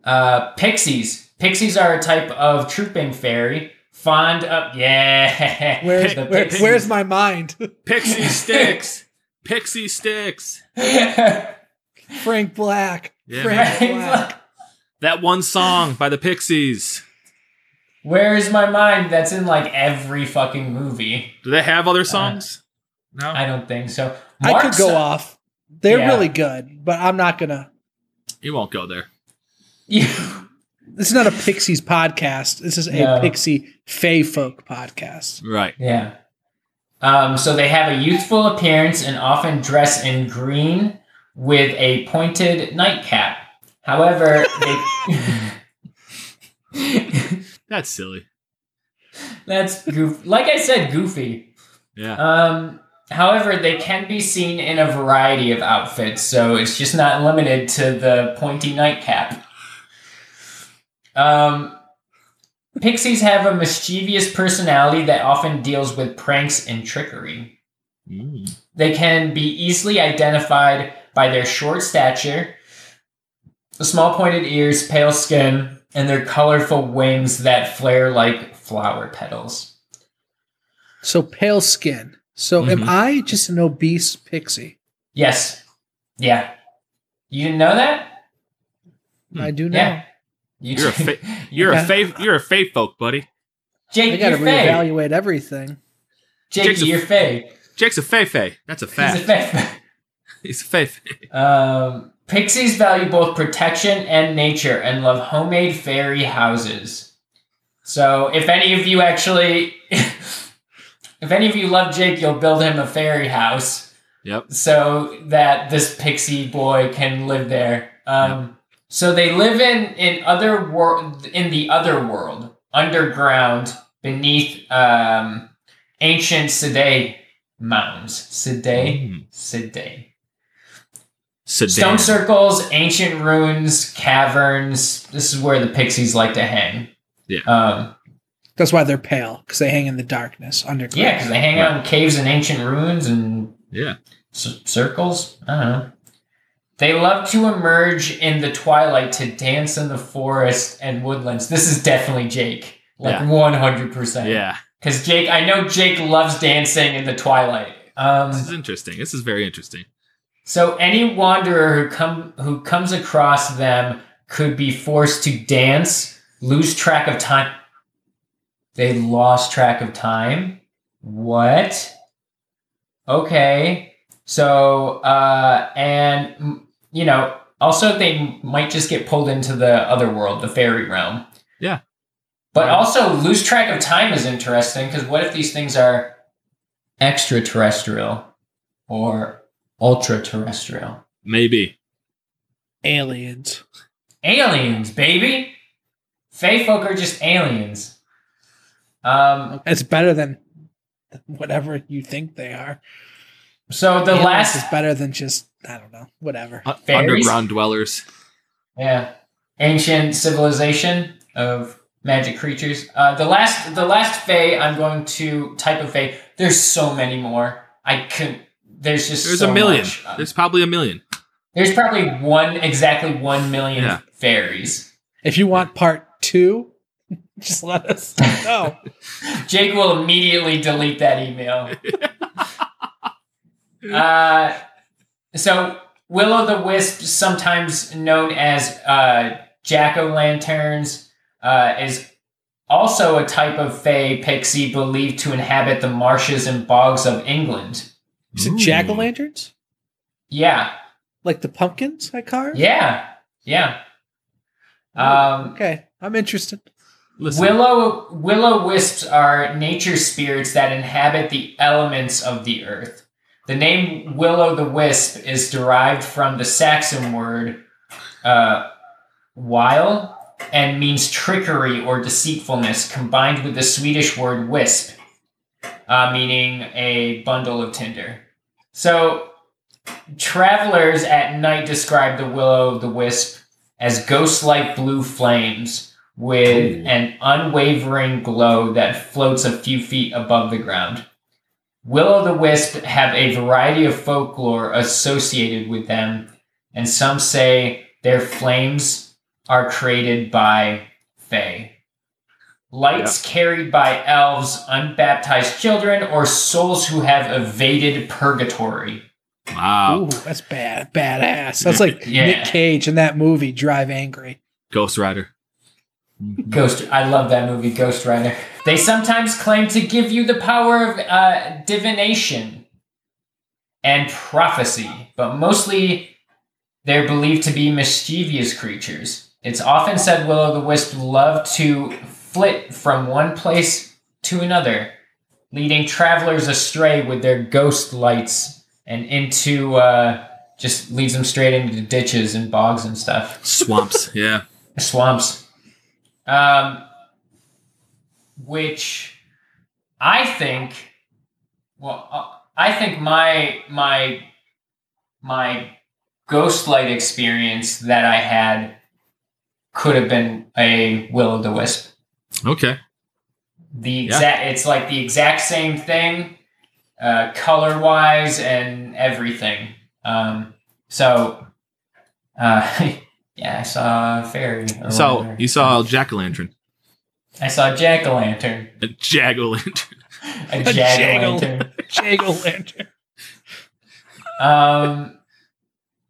Speaker 2: uh, pixies. Pixies are a type of trooping fairy. Fond of yeah. <laughs>
Speaker 4: Where's
Speaker 2: the
Speaker 4: where,
Speaker 2: pixies.
Speaker 4: where's my mind? <laughs>
Speaker 3: Pixie sticks. <laughs> Pixie sticks.
Speaker 2: <laughs>
Speaker 4: Frank Black.
Speaker 3: Yeah,
Speaker 4: Frank Black.
Speaker 3: That one song by the Pixies.
Speaker 2: Where is my mind? That's in like every fucking movie.
Speaker 3: Do they have other songs? Uh, no.
Speaker 2: I don't think so.
Speaker 4: I could
Speaker 2: Mark's-
Speaker 4: go off. They're
Speaker 2: Yeah.
Speaker 4: really good, but I'm not gonna.
Speaker 3: You won't go there.
Speaker 4: This is not a Pixies podcast. This is a
Speaker 2: No.
Speaker 4: Pixie Fey Folk podcast.
Speaker 3: Right.
Speaker 2: <laughs> Yeah. Um, so they have a youthful appearance and often dress in green with a pointed nightcap. However,
Speaker 4: <laughs>
Speaker 2: they, <laughs>
Speaker 3: That's silly.
Speaker 2: that's goof. Like I said, goofy.
Speaker 3: Yeah.
Speaker 2: Um, however, they can be seen in a variety of outfits, so it's just not limited to the pointy nightcap. Um, pixies have a mischievous personality that often deals with pranks and trickery.
Speaker 3: Mm.
Speaker 2: They can be easily identified by their short stature, the small pointed ears, pale skin, and their colorful wings that flare like flower petals.
Speaker 4: So pale skin. So
Speaker 3: Mhm.
Speaker 4: am
Speaker 2: Mm-hmm.
Speaker 4: I just an obese pixie?
Speaker 2: Yes. Yeah. You didn't know that?
Speaker 3: Hmm.
Speaker 4: I do know.
Speaker 2: Yeah. You
Speaker 3: You're a fa-
Speaker 2: <laughs>
Speaker 3: you're a fav you're a fav folk, buddy.
Speaker 4: I
Speaker 2: Jake,
Speaker 4: got to
Speaker 2: you're fake.
Speaker 4: reevaluate everything.
Speaker 2: Jake,
Speaker 3: Jake's a-
Speaker 2: you're fake.
Speaker 3: Jake's a fey fey. That's a
Speaker 2: He's a
Speaker 3: fact.
Speaker 2: fake.
Speaker 3: He's a fey fey.
Speaker 2: Um, pixies value both protection and nature and love homemade fairy houses. So, if any of you actually, <laughs> if any of you love Jake, you'll build him a fairy house
Speaker 3: Yep.
Speaker 2: so that this pixie boy can live there. Um, So they live in in other world in the other world underground beneath um, ancient Sede mounds. Sede,
Speaker 3: Mm.
Speaker 2: Sede. Stone
Speaker 3: Sedan.
Speaker 2: circles, ancient ruins, caverns. This is where the pixies like to hang.
Speaker 3: Yeah.
Speaker 2: Um,
Speaker 4: That's why they're pale because they hang in the darkness underground.
Speaker 2: yeah, because they hang out in caves and ancient ruins and
Speaker 3: Yeah.
Speaker 2: c- circles. I don't know. They love to emerge in the twilight to dance in the forest and woodlands. This is definitely Jake. Like
Speaker 3: Yeah.
Speaker 2: 100%.
Speaker 3: Yeah.
Speaker 2: Because Jake, I know Jake loves dancing in the twilight. Um,
Speaker 3: This is interesting. This is very interesting.
Speaker 2: So any wanderer who come who comes across them could be forced to dance, lose track of time. They lost track of time. What? Okay. So uh and mm, you know, also they might just get pulled into the other world, the fairy realm.
Speaker 3: Yeah.
Speaker 2: But
Speaker 3: Yeah.
Speaker 2: also lose track of time is interesting cuz what if these things are extraterrestrial or ultra terrestrial.
Speaker 3: Maybe.
Speaker 4: Aliens.
Speaker 2: Aliens, baby. Fae folk are just aliens. Um,
Speaker 4: It's better than whatever you think they are.
Speaker 2: so the
Speaker 4: Aliens is
Speaker 2: last,
Speaker 4: better than just I don't know whatever.
Speaker 3: Un-
Speaker 2: Uh, Fairies?
Speaker 3: underground dwellers.
Speaker 2: yeah, ancient civilization of magic creatures. Uh, the last, the last fae I'm going to type of fae. There's so many more. I couldn't. There's just
Speaker 3: There's
Speaker 2: so
Speaker 3: a million.
Speaker 2: much. Uh,
Speaker 3: There's probably a million.
Speaker 2: there's probably one exactly one million
Speaker 3: Yeah.
Speaker 2: fairies.
Speaker 4: If you want part two, <laughs> just let us know.
Speaker 2: Jake will immediately delete that email. uh, so, Will o' the Wisp, sometimes known as uh, jack o' lanterns, uh, is also a type of fey pixie believed to inhabit the marshes and bogs of England.
Speaker 4: Is it jack o' lanterns?
Speaker 2: Yeah,
Speaker 4: Like the pumpkins I carved?
Speaker 2: yeah, yeah. Um,
Speaker 4: Okay, I'm interested.
Speaker 3: Listen,
Speaker 2: Willow willow wisps are nature spirits that inhabit the elements of the earth. The name willow the wisp is derived from the Saxon word uh, "wile" and means trickery or deceitfulness, combined with the Swedish word "wisp." uh, meaning a bundle of tinder. So, travelers at night describe the willow the wisp as ghost like blue flames with an unwavering glow that floats a few feet above the ground. Willow the wisp have a variety of folklore associated with them, and some say their flames are created by Fae. Lights carried by elves, unbaptized children, or souls who have evaded purgatory.
Speaker 3: Wow.
Speaker 4: Ooh, that's bad, badass.
Speaker 2: <laughs>
Speaker 4: That's like
Speaker 2: Oh. Yeah.
Speaker 4: Nick Cage in that movie
Speaker 2: <laughs>
Speaker 4: Drive Angry.
Speaker 3: Ghost Rider.
Speaker 2: Ghost. I love that movie, Ghost Rider. They sometimes claim to give you the power of uh, divination and prophecy, but mostly they're believed to be mischievous creatures. It's often said will o' the wisp love to flit from one place to another, leading travelers astray with their ghost lights and into uh, just leads them straight into ditches and bogs and stuff <laughs>
Speaker 3: Swamps. yeah.
Speaker 2: swamps, um, which I think, well, uh, I think my my my ghost light experience that I had could have been a will o' the wisp.
Speaker 3: Okay.
Speaker 2: The exact, it's like the exact same thing, uh, color wise and everything. Um, so, uh, <laughs> yeah, I saw a fairy. or
Speaker 3: So
Speaker 2: whatever.
Speaker 3: you saw jack o' <laughs> lantern.
Speaker 2: I saw a jack o' lantern.
Speaker 3: A jag o' lantern.
Speaker 4: <laughs>
Speaker 2: A jack o'
Speaker 4: jack-o'-
Speaker 2: lantern.
Speaker 4: Jago Lantern.
Speaker 2: Um,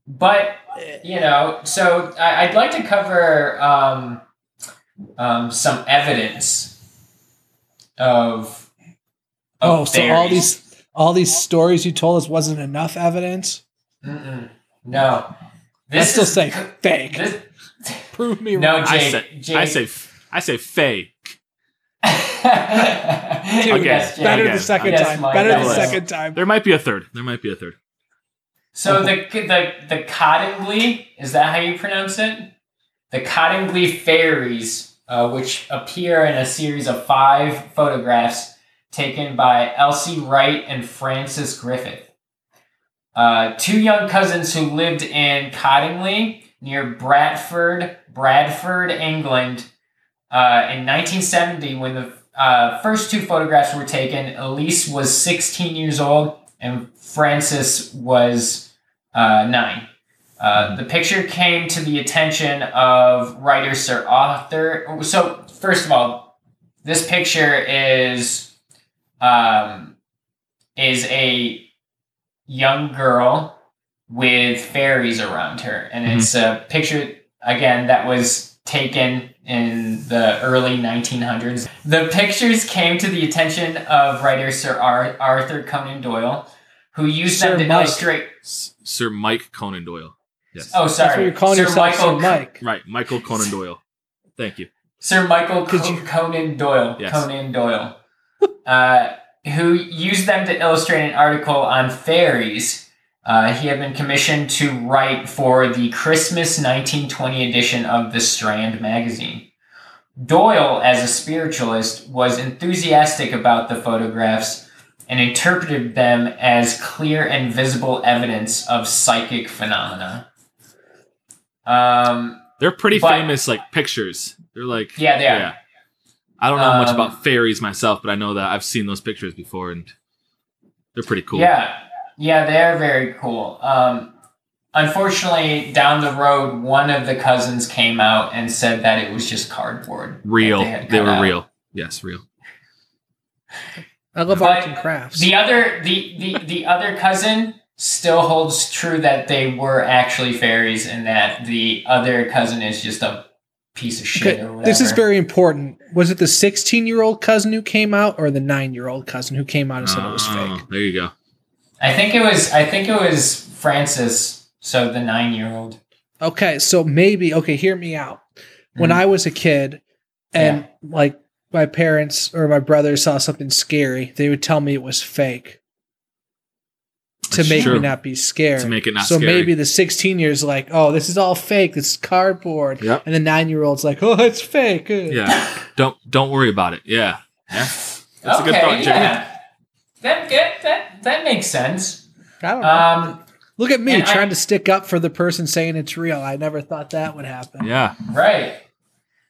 Speaker 2: but, you know, so I, I'd like to cover um, um, some evidence of. of
Speaker 4: Oh, so all
Speaker 2: fairies.
Speaker 4: these all these stories you told us wasn't enough evidence.
Speaker 2: Mm-mm. No.
Speaker 4: I
Speaker 2: This
Speaker 4: still
Speaker 2: is.
Speaker 4: say fake.
Speaker 2: <laughs> This,
Speaker 4: Prove me wrong.
Speaker 2: no, Jake.
Speaker 3: I say.
Speaker 2: Jake.
Speaker 3: I say. f- I say Faye.
Speaker 2: okay.
Speaker 3: Okay,
Speaker 4: Better
Speaker 3: again.
Speaker 4: the second
Speaker 2: Yes,
Speaker 4: time.
Speaker 2: Mike,
Speaker 4: Better the
Speaker 2: that was-
Speaker 4: second time.
Speaker 3: There might be a third. There might be a third.
Speaker 2: So the the the Cottingley is that how you pronounce it? The Cottingley fairies, uh, which appear in a series of five photographs taken by Elsie Wright and Francis Griffith, uh, two young cousins who lived in Cottingley near Bradford, Bradford, England, uh, in 1970, when the uh, first two photographs were taken, Elise was 16 years old and Francis was uh, nine. Uh, the picture came to the attention of writer Sir Arthur. So, first of all, this picture is um, is a young girl with fairies around her,
Speaker 4: Mm-hmm.
Speaker 2: and it's a picture again that was taken in the early 1900s. The pictures came to the attention of writer Sir Ar- Arthur Conan Doyle, who used
Speaker 4: Sir
Speaker 2: them to
Speaker 4: Mike.
Speaker 2: illustrate.
Speaker 3: S- Sir Mike Conan Doyle. Yes.
Speaker 2: Oh, sorry,
Speaker 4: That's what you're calling
Speaker 2: Sir
Speaker 4: yourself,
Speaker 2: Michael
Speaker 4: Sir Mike.
Speaker 3: Right. Michael Conan Doyle. Thank you.
Speaker 2: Sir Michael
Speaker 4: Could
Speaker 2: Co-
Speaker 4: you-
Speaker 2: Conan Doyle.
Speaker 3: Yes.
Speaker 2: Conan Doyle. <laughs> uh, who used them to illustrate an article on fairies. Uh, he had been commissioned to write for the Christmas 1920 edition of The Strand magazine. Doyle, as a spiritualist, was enthusiastic about the photographs and interpreted them as clear and visible evidence of psychic phenomena. Um,
Speaker 3: They're pretty
Speaker 2: But-
Speaker 3: famous, like pictures. They're like
Speaker 2: Yeah, they are.
Speaker 3: I don't know much
Speaker 2: Um,
Speaker 3: about fairies myself, but I know that I've seen those pictures before, and they're pretty cool.
Speaker 2: Yeah, yeah, they're very cool. Um, unfortunately, down the road, one of the cousins came out and said that it was just cardboard.
Speaker 3: real.
Speaker 2: that
Speaker 3: They,
Speaker 2: had cut
Speaker 3: were
Speaker 2: out.
Speaker 3: real. Yes, real.
Speaker 4: I love
Speaker 2: But
Speaker 4: arts and crafts.
Speaker 2: The other, the the the other cousin still holds true that they were actually fairies, and that the other cousin is just a piece of shit.
Speaker 4: Okay,
Speaker 2: or whatever.
Speaker 4: this is very important. Was it the 16 year old cousin who came out or the 9 year old cousin who came out and said it was
Speaker 2: Mm.
Speaker 4: fake?
Speaker 3: Oh, there you go.
Speaker 2: I think it was. I think it was Francis. So the nine-year-old.
Speaker 4: Okay, so maybe, okay, hear me out. When
Speaker 3: Mm.
Speaker 2: Mhm.
Speaker 4: I was a kid and like my parents or my brother saw something scary, they would tell me it was fake to
Speaker 3: That's
Speaker 4: make
Speaker 3: true.
Speaker 4: me not be scared.
Speaker 3: To make it not
Speaker 4: so
Speaker 3: scary.
Speaker 4: maybe the 16 years like, oh, this is all fake. This is cardboard.
Speaker 3: Yep.
Speaker 4: And the nine year old's like, oh, it's fake.
Speaker 3: Yeah. don't don't worry about it. Yeah. That's a good thought, Jimmy.
Speaker 2: yeah. That that that, that makes sense.
Speaker 4: I don't know.
Speaker 2: Um,
Speaker 4: Look at me
Speaker 2: and I-
Speaker 4: trying to stick up for the person saying it's real. I never thought that would happen.
Speaker 3: Yeah.
Speaker 2: right.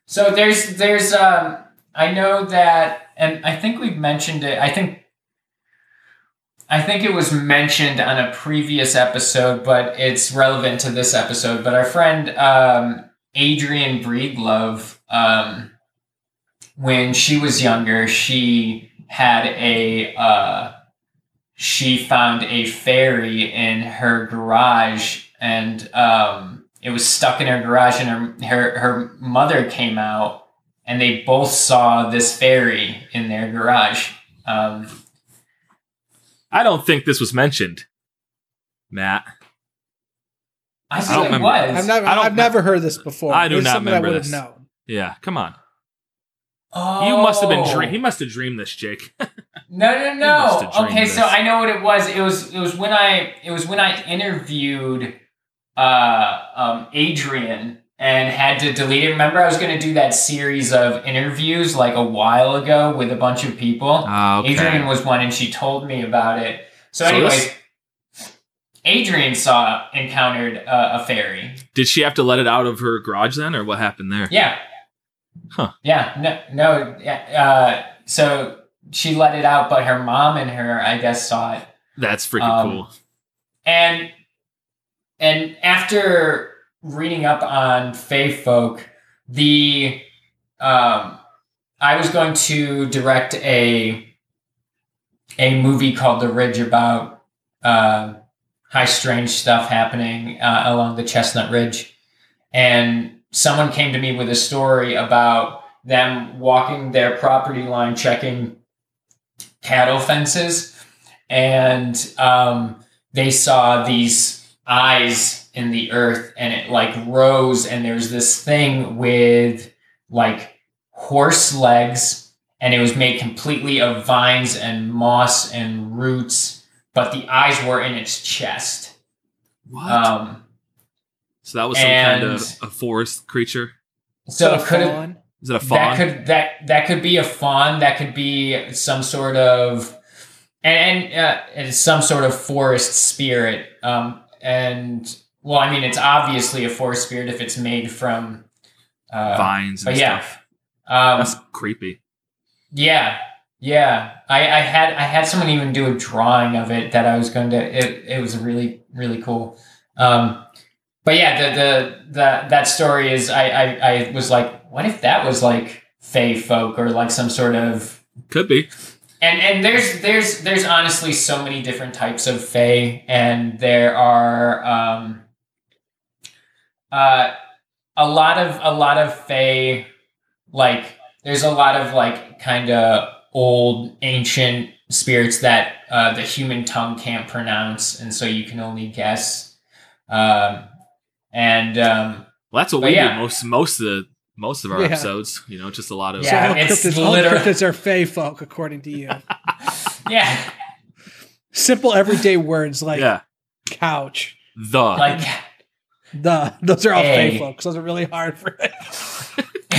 Speaker 2: So there's there's um, I know that, and I think we've mentioned it. I think I think it was mentioned on a previous episode, but it's relevant to this episode. But our friend um, Adrian Breedlove, um, when she was younger, she had a uh, she found a fairy in her garage, and um, it was stuck in her garage. And her her her mother came out, and they both saw this fairy in their garage. Um,
Speaker 3: I don't think this was mentioned, Matt.
Speaker 2: I
Speaker 3: don't
Speaker 2: think it
Speaker 3: remember.
Speaker 2: was.
Speaker 4: I've never,
Speaker 3: I don't-
Speaker 4: I've never heard this before.
Speaker 3: I do
Speaker 4: It's
Speaker 3: not
Speaker 4: something
Speaker 3: remember
Speaker 4: I would
Speaker 3: this.
Speaker 4: have known.
Speaker 3: Yeah. Come on.
Speaker 2: Oh.
Speaker 3: You must have been dream. He must have dreamed
Speaker 2: <laughs>
Speaker 3: this, Jake.
Speaker 2: No, no,
Speaker 3: must have
Speaker 2: no.
Speaker 3: dreamed
Speaker 2: Okay, so
Speaker 3: this.
Speaker 2: I know what it was. It was it was when I it was when I interviewed uh um Adrian and had to delete it. Remember I was going to do that series of interviews like a while ago with a bunch of people.
Speaker 3: Ah,
Speaker 2: Adrian was one and she told me about it. So,
Speaker 3: So
Speaker 2: anyways,
Speaker 3: this-
Speaker 2: Adrian saw encountered uh, a fairy.
Speaker 3: Did she have to let it out of her garage then, or what happened there?
Speaker 2: Yeah.
Speaker 3: Huh.
Speaker 2: Yeah. No. No. yeah, Uh, so she let it out, but her mom and her, I guess, saw it.
Speaker 3: That's freaking
Speaker 2: Um,
Speaker 3: cool.
Speaker 2: And and after reading up on Fae folk, the um, I was going to direct a a movie called The Ridge about uh, high strange stuff happening uh, along the Chestnut Ridge, and someone came to me with a story about them walking their property line checking cattle fences and um, they saw these eyes in the earth and it like rose and there's this thing with like horse legs and it was made completely of vines and moss and roots but the eyes were in its chest
Speaker 3: What?
Speaker 2: um
Speaker 3: so that was some
Speaker 2: and-
Speaker 3: kind of a forest creature.
Speaker 2: so
Speaker 4: Sort
Speaker 2: it
Speaker 4: of
Speaker 2: could have
Speaker 4: fawn.
Speaker 3: Is it a
Speaker 2: that
Speaker 3: fawn?
Speaker 2: could that that could be a fawn that could be some sort of and, and uh, it's some sort of forest spirit um and well i mean it's obviously a forest spirit if it's made from uh
Speaker 3: Vines and
Speaker 2: but yeah
Speaker 3: stuff.
Speaker 2: um
Speaker 3: That's creepy.
Speaker 2: yeah yeah i i had i had someone even do a drawing of it that i was going to it it was really really cool um but yeah the the, the that story is I, I i was like what if that was like fey folk or like some sort of
Speaker 3: Could be.
Speaker 2: and and there's there's there's honestly so many different types of fae, and there are um, uh, a lot of a lot of fae. Like there's a lot of like kind of old ancient spirits that uh, the human tongue can't pronounce, and so you can only guess. Um, and um,
Speaker 3: Well, that's what
Speaker 2: But
Speaker 3: we
Speaker 2: yeah.
Speaker 3: do most most of the most of our
Speaker 4: Yeah.
Speaker 3: episodes. You know, just a lot of
Speaker 4: So
Speaker 2: Yeah.
Speaker 4: all
Speaker 2: it's
Speaker 4: cryptids, all
Speaker 2: literal-
Speaker 4: cryptids are fey folk, according
Speaker 2: <laughs>
Speaker 4: to you.
Speaker 2: yeah, <laughs>
Speaker 4: Simple everyday words like
Speaker 3: yeah.
Speaker 4: couch,
Speaker 3: The
Speaker 2: like
Speaker 4: the. Those are all
Speaker 2: Hey.
Speaker 4: fey folk. 'cause Those are really hard for
Speaker 2: <laughs>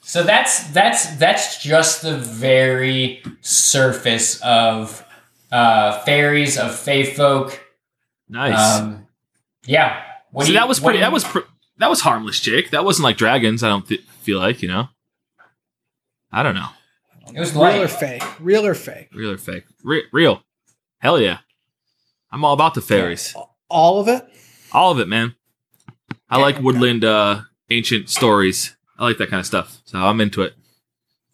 Speaker 2: so that's that's that's just the very surface of uh fairies of fae folk
Speaker 3: nice.
Speaker 2: um yeah what
Speaker 3: See,
Speaker 2: do you-
Speaker 3: that was
Speaker 2: what
Speaker 3: pretty.
Speaker 2: do you-
Speaker 3: That was pr- that was harmless, Jake. That wasn't like dragons. I don't th- feel like you know. I don't know,
Speaker 2: it was
Speaker 4: real or
Speaker 2: light
Speaker 4: fey. Real or fey.
Speaker 3: real or fake? Re- real, hell yeah! I'm all about the fairies,
Speaker 4: All of it.
Speaker 3: all of it, man. I
Speaker 2: Yeah,
Speaker 3: like
Speaker 2: okay.
Speaker 3: woodland uh, ancient stories. I like that kind of stuff, so I'm into it.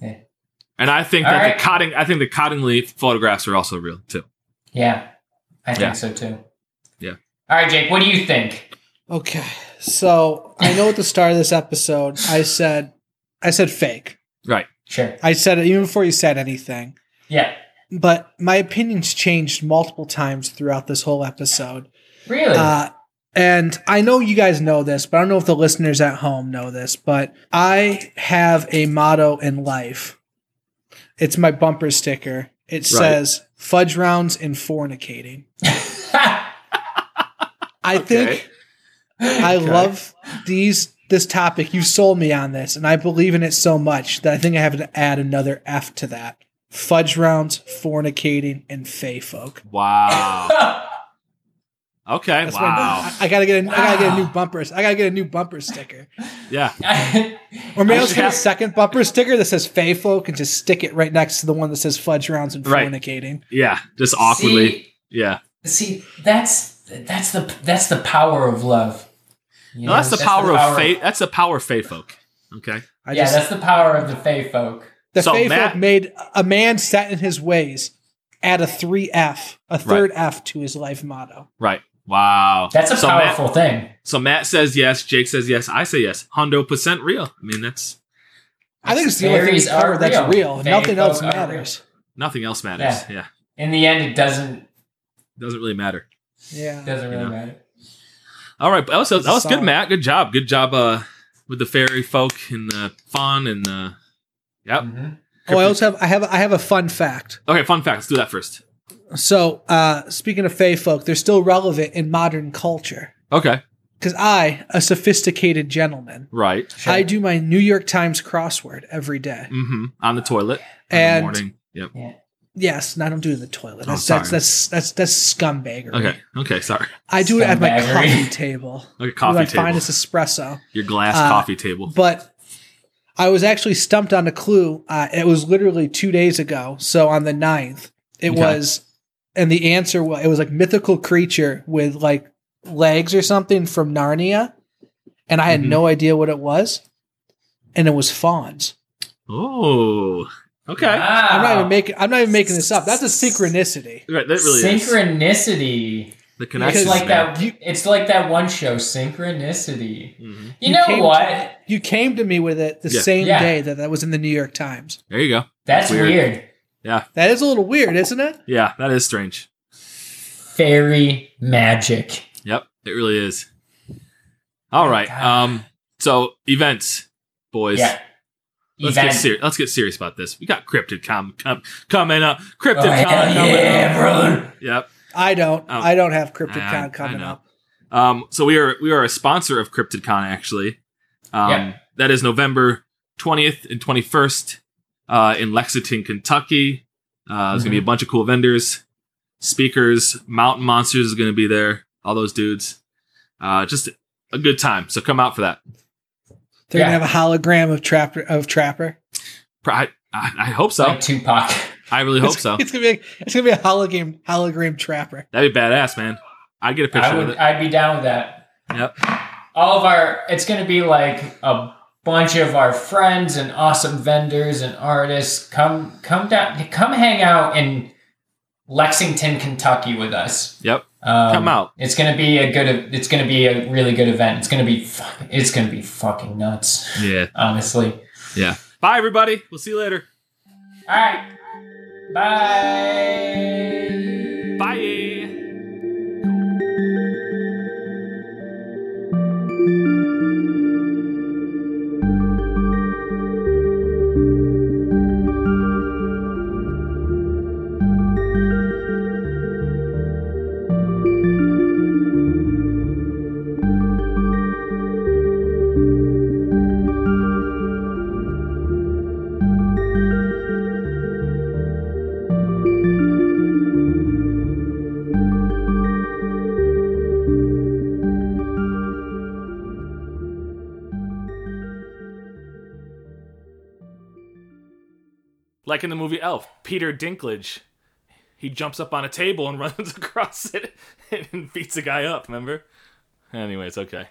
Speaker 2: Yeah.
Speaker 3: And I think
Speaker 2: All
Speaker 3: that
Speaker 2: right.
Speaker 3: the cotton, I think the cotton leaf photographs are also real too.
Speaker 2: yeah i think
Speaker 3: Yeah.
Speaker 2: so too
Speaker 3: Yeah.
Speaker 2: all right jake what do you think
Speaker 4: Okay. So I know at the start of this episode, I said, I said fake.
Speaker 3: Right?
Speaker 2: sure
Speaker 4: I said it even before you said anything.
Speaker 2: yeah
Speaker 4: But my opinions changed multiple times throughout this whole episode.
Speaker 2: really <laughs>
Speaker 4: Uh, and I know you guys know this, but I don't know if the listeners at home know this, but I have a motto in life. It's my bumper sticker. It says fudge rounds and fornicating. I think I love these this topic. You sold me on this, and I believe in it so much that I think I have to add another F to that. Fudge rounds, fornicating, and fey folk.
Speaker 2: <laughs>
Speaker 3: Wow. Okay.
Speaker 4: That's
Speaker 3: wow.
Speaker 4: my, I, I gotta get a, I gotta get a new
Speaker 2: Wow.
Speaker 4: bumper. I gotta get a new bumper sticker.
Speaker 3: yeah.
Speaker 4: Or maybe
Speaker 3: I
Speaker 4: I'll just
Speaker 3: should
Speaker 4: get a
Speaker 3: have-
Speaker 4: second bumper sticker that says Fey folk and just stick it right next to the one that says fudge rounds and
Speaker 3: Right.
Speaker 4: fornicating.
Speaker 3: Yeah. Just <laughs> awkwardly.
Speaker 2: See,
Speaker 3: yeah.
Speaker 2: see, that's that's the that's the power of love. You
Speaker 3: No,
Speaker 2: know,
Speaker 3: that's the power of fate. That's the power of fey folk. Okay.
Speaker 4: I
Speaker 2: yeah,
Speaker 4: just
Speaker 2: that's the power of the Fey folk.
Speaker 4: the
Speaker 3: So
Speaker 4: Fey
Speaker 3: Matt-
Speaker 4: folk made a man set in his ways add a three F, a third F to his life motto.
Speaker 3: Right. Wow.
Speaker 2: That's a
Speaker 3: So Matt-
Speaker 2: powerful thing.
Speaker 3: So Matt says yes. Jake says yes. I say yes. Hundo percent real. I mean, that's
Speaker 4: I think it's the only thing
Speaker 2: Fairies
Speaker 4: we covered
Speaker 2: are
Speaker 4: that's
Speaker 2: real.
Speaker 4: real.
Speaker 2: Fey
Speaker 4: Nothing
Speaker 2: folk
Speaker 4: else
Speaker 2: are real.
Speaker 4: matters.
Speaker 3: nothing else matters. Yeah.
Speaker 2: In the end, it doesn't
Speaker 3: Doesn't really matter.
Speaker 4: Yeah.
Speaker 2: doesn't really
Speaker 3: Yeah.
Speaker 2: matter.
Speaker 3: All right. That was, that was good,
Speaker 4: Solid.
Speaker 3: Matt. Good job. Good job. Uh, with the fairy folk and the fun and the yep.
Speaker 2: Mhm.
Speaker 4: Oh, I also have I have I have a fun fact.
Speaker 3: Okay. Fun fact. Let's do that first.
Speaker 4: So uh speaking of Fey folk, they're still relevant in modern culture.
Speaker 3: Okay.
Speaker 4: Because I, a sophisticated gentleman,
Speaker 3: Right.
Speaker 2: Sure.
Speaker 4: I do my New York Times crossword every day.
Speaker 3: Mm-hmm. On the toilet. in
Speaker 4: And-
Speaker 3: the morning. Yep.
Speaker 4: Yes, and I don't do it in the toilet.
Speaker 3: Oh,
Speaker 4: That's
Speaker 3: sorry.
Speaker 4: that's, that's that's that's scumbaggery.
Speaker 3: Okay. Okay. Sorry.
Speaker 4: I do it at my
Speaker 2: Scumbaggery.
Speaker 4: coffee table.
Speaker 3: Okay. <laughs> Coffee
Speaker 4: my
Speaker 3: table.
Speaker 4: finest espresso.
Speaker 3: Your glass
Speaker 4: uh,
Speaker 3: coffee table.
Speaker 4: But I was actually stumped on a clue. Uh, it was literally two days ago. So on the 9th, it
Speaker 3: Okay.
Speaker 4: was, and the answer was it was like mythical creature with like legs or something from Narnia, and I had
Speaker 3: Mhm.
Speaker 4: no idea what it was, and it was fawns.
Speaker 3: Oh. Okay.
Speaker 2: Wow.
Speaker 4: I'm not even making. I'm not even making this up. That's a synchronicity.
Speaker 3: Right, that really is.
Speaker 2: synchronicity.
Speaker 3: The
Speaker 2: It's
Speaker 3: connection.
Speaker 4: Because,
Speaker 2: like
Speaker 3: man.
Speaker 2: that. It's like that one show, Synchronicity.
Speaker 3: Mhm.
Speaker 2: You, know
Speaker 4: came to-
Speaker 2: what?
Speaker 4: you came to me with it the
Speaker 3: Yeah.
Speaker 4: same
Speaker 2: Yeah.
Speaker 4: day that that was in the New York Times.
Speaker 3: There you go.
Speaker 2: That's
Speaker 3: Weird.
Speaker 2: weird.
Speaker 4: That is a little weird, isn't it?
Speaker 3: Yeah, that is strange.
Speaker 2: Fairy magic.
Speaker 3: Yep, it really is. All right. Um. So events, boys.
Speaker 2: Yeah.
Speaker 3: Let's
Speaker 2: Event.
Speaker 3: get serious. Let's get serious about this. We got cryptid com com coming up. Cryptid
Speaker 2: Oh,
Speaker 3: com
Speaker 2: hell
Speaker 3: coming
Speaker 2: yeah, brother.
Speaker 3: up. Yep.
Speaker 4: I don't.
Speaker 3: Oh.
Speaker 4: I don't have CryptidCon
Speaker 3: I- I
Speaker 4: coming
Speaker 3: know.
Speaker 4: up.
Speaker 3: Um. So we are we are a sponsor of CryptidCon actually. Um,
Speaker 2: Yeah.
Speaker 3: That is November twentieth and twenty first, uh, in Lexington, Kentucky. Uh, there's
Speaker 2: Mm-hmm.
Speaker 3: gonna be a bunch of cool vendors, speakers. Mountain Monsters is gonna be there. All those dudes. Uh, just a good time. So come out for that.
Speaker 4: They're
Speaker 2: Yeah.
Speaker 4: gonna have a hologram of Trapper. Of Trapper.
Speaker 3: Pro- I, I, I hope so.
Speaker 2: Like Tupac.
Speaker 3: I really
Speaker 2: <laughs>
Speaker 3: hope so.
Speaker 4: <laughs> It's gonna be. It's gonna be a hologram. Hologram Trapper.
Speaker 3: That'd be badass, man. I'd get a picture
Speaker 2: I
Speaker 3: of
Speaker 2: would.
Speaker 3: it.
Speaker 2: I'd be down with that.
Speaker 3: Yep.
Speaker 2: All of our. It's going to be like a bunch of our friends and awesome vendors and artists. Come, come down. Come hang out in Lexington, Kentucky, with us.
Speaker 3: Yep.
Speaker 2: Um,
Speaker 3: Come out.
Speaker 2: It's gonna be a good. It's gonna be a really good event. It's gonna be. fuck- It's gonna be fucking nuts.
Speaker 3: Yeah.
Speaker 2: Honestly.
Speaker 3: Yeah. Bye, everybody. We'll see you later.
Speaker 2: All right. Bye.
Speaker 3: Bye. Like in the movie Elf, Peter Dinklage, he jumps up <laughs> on a table and runs across it and beats a guy up, remember? Anyways, okay.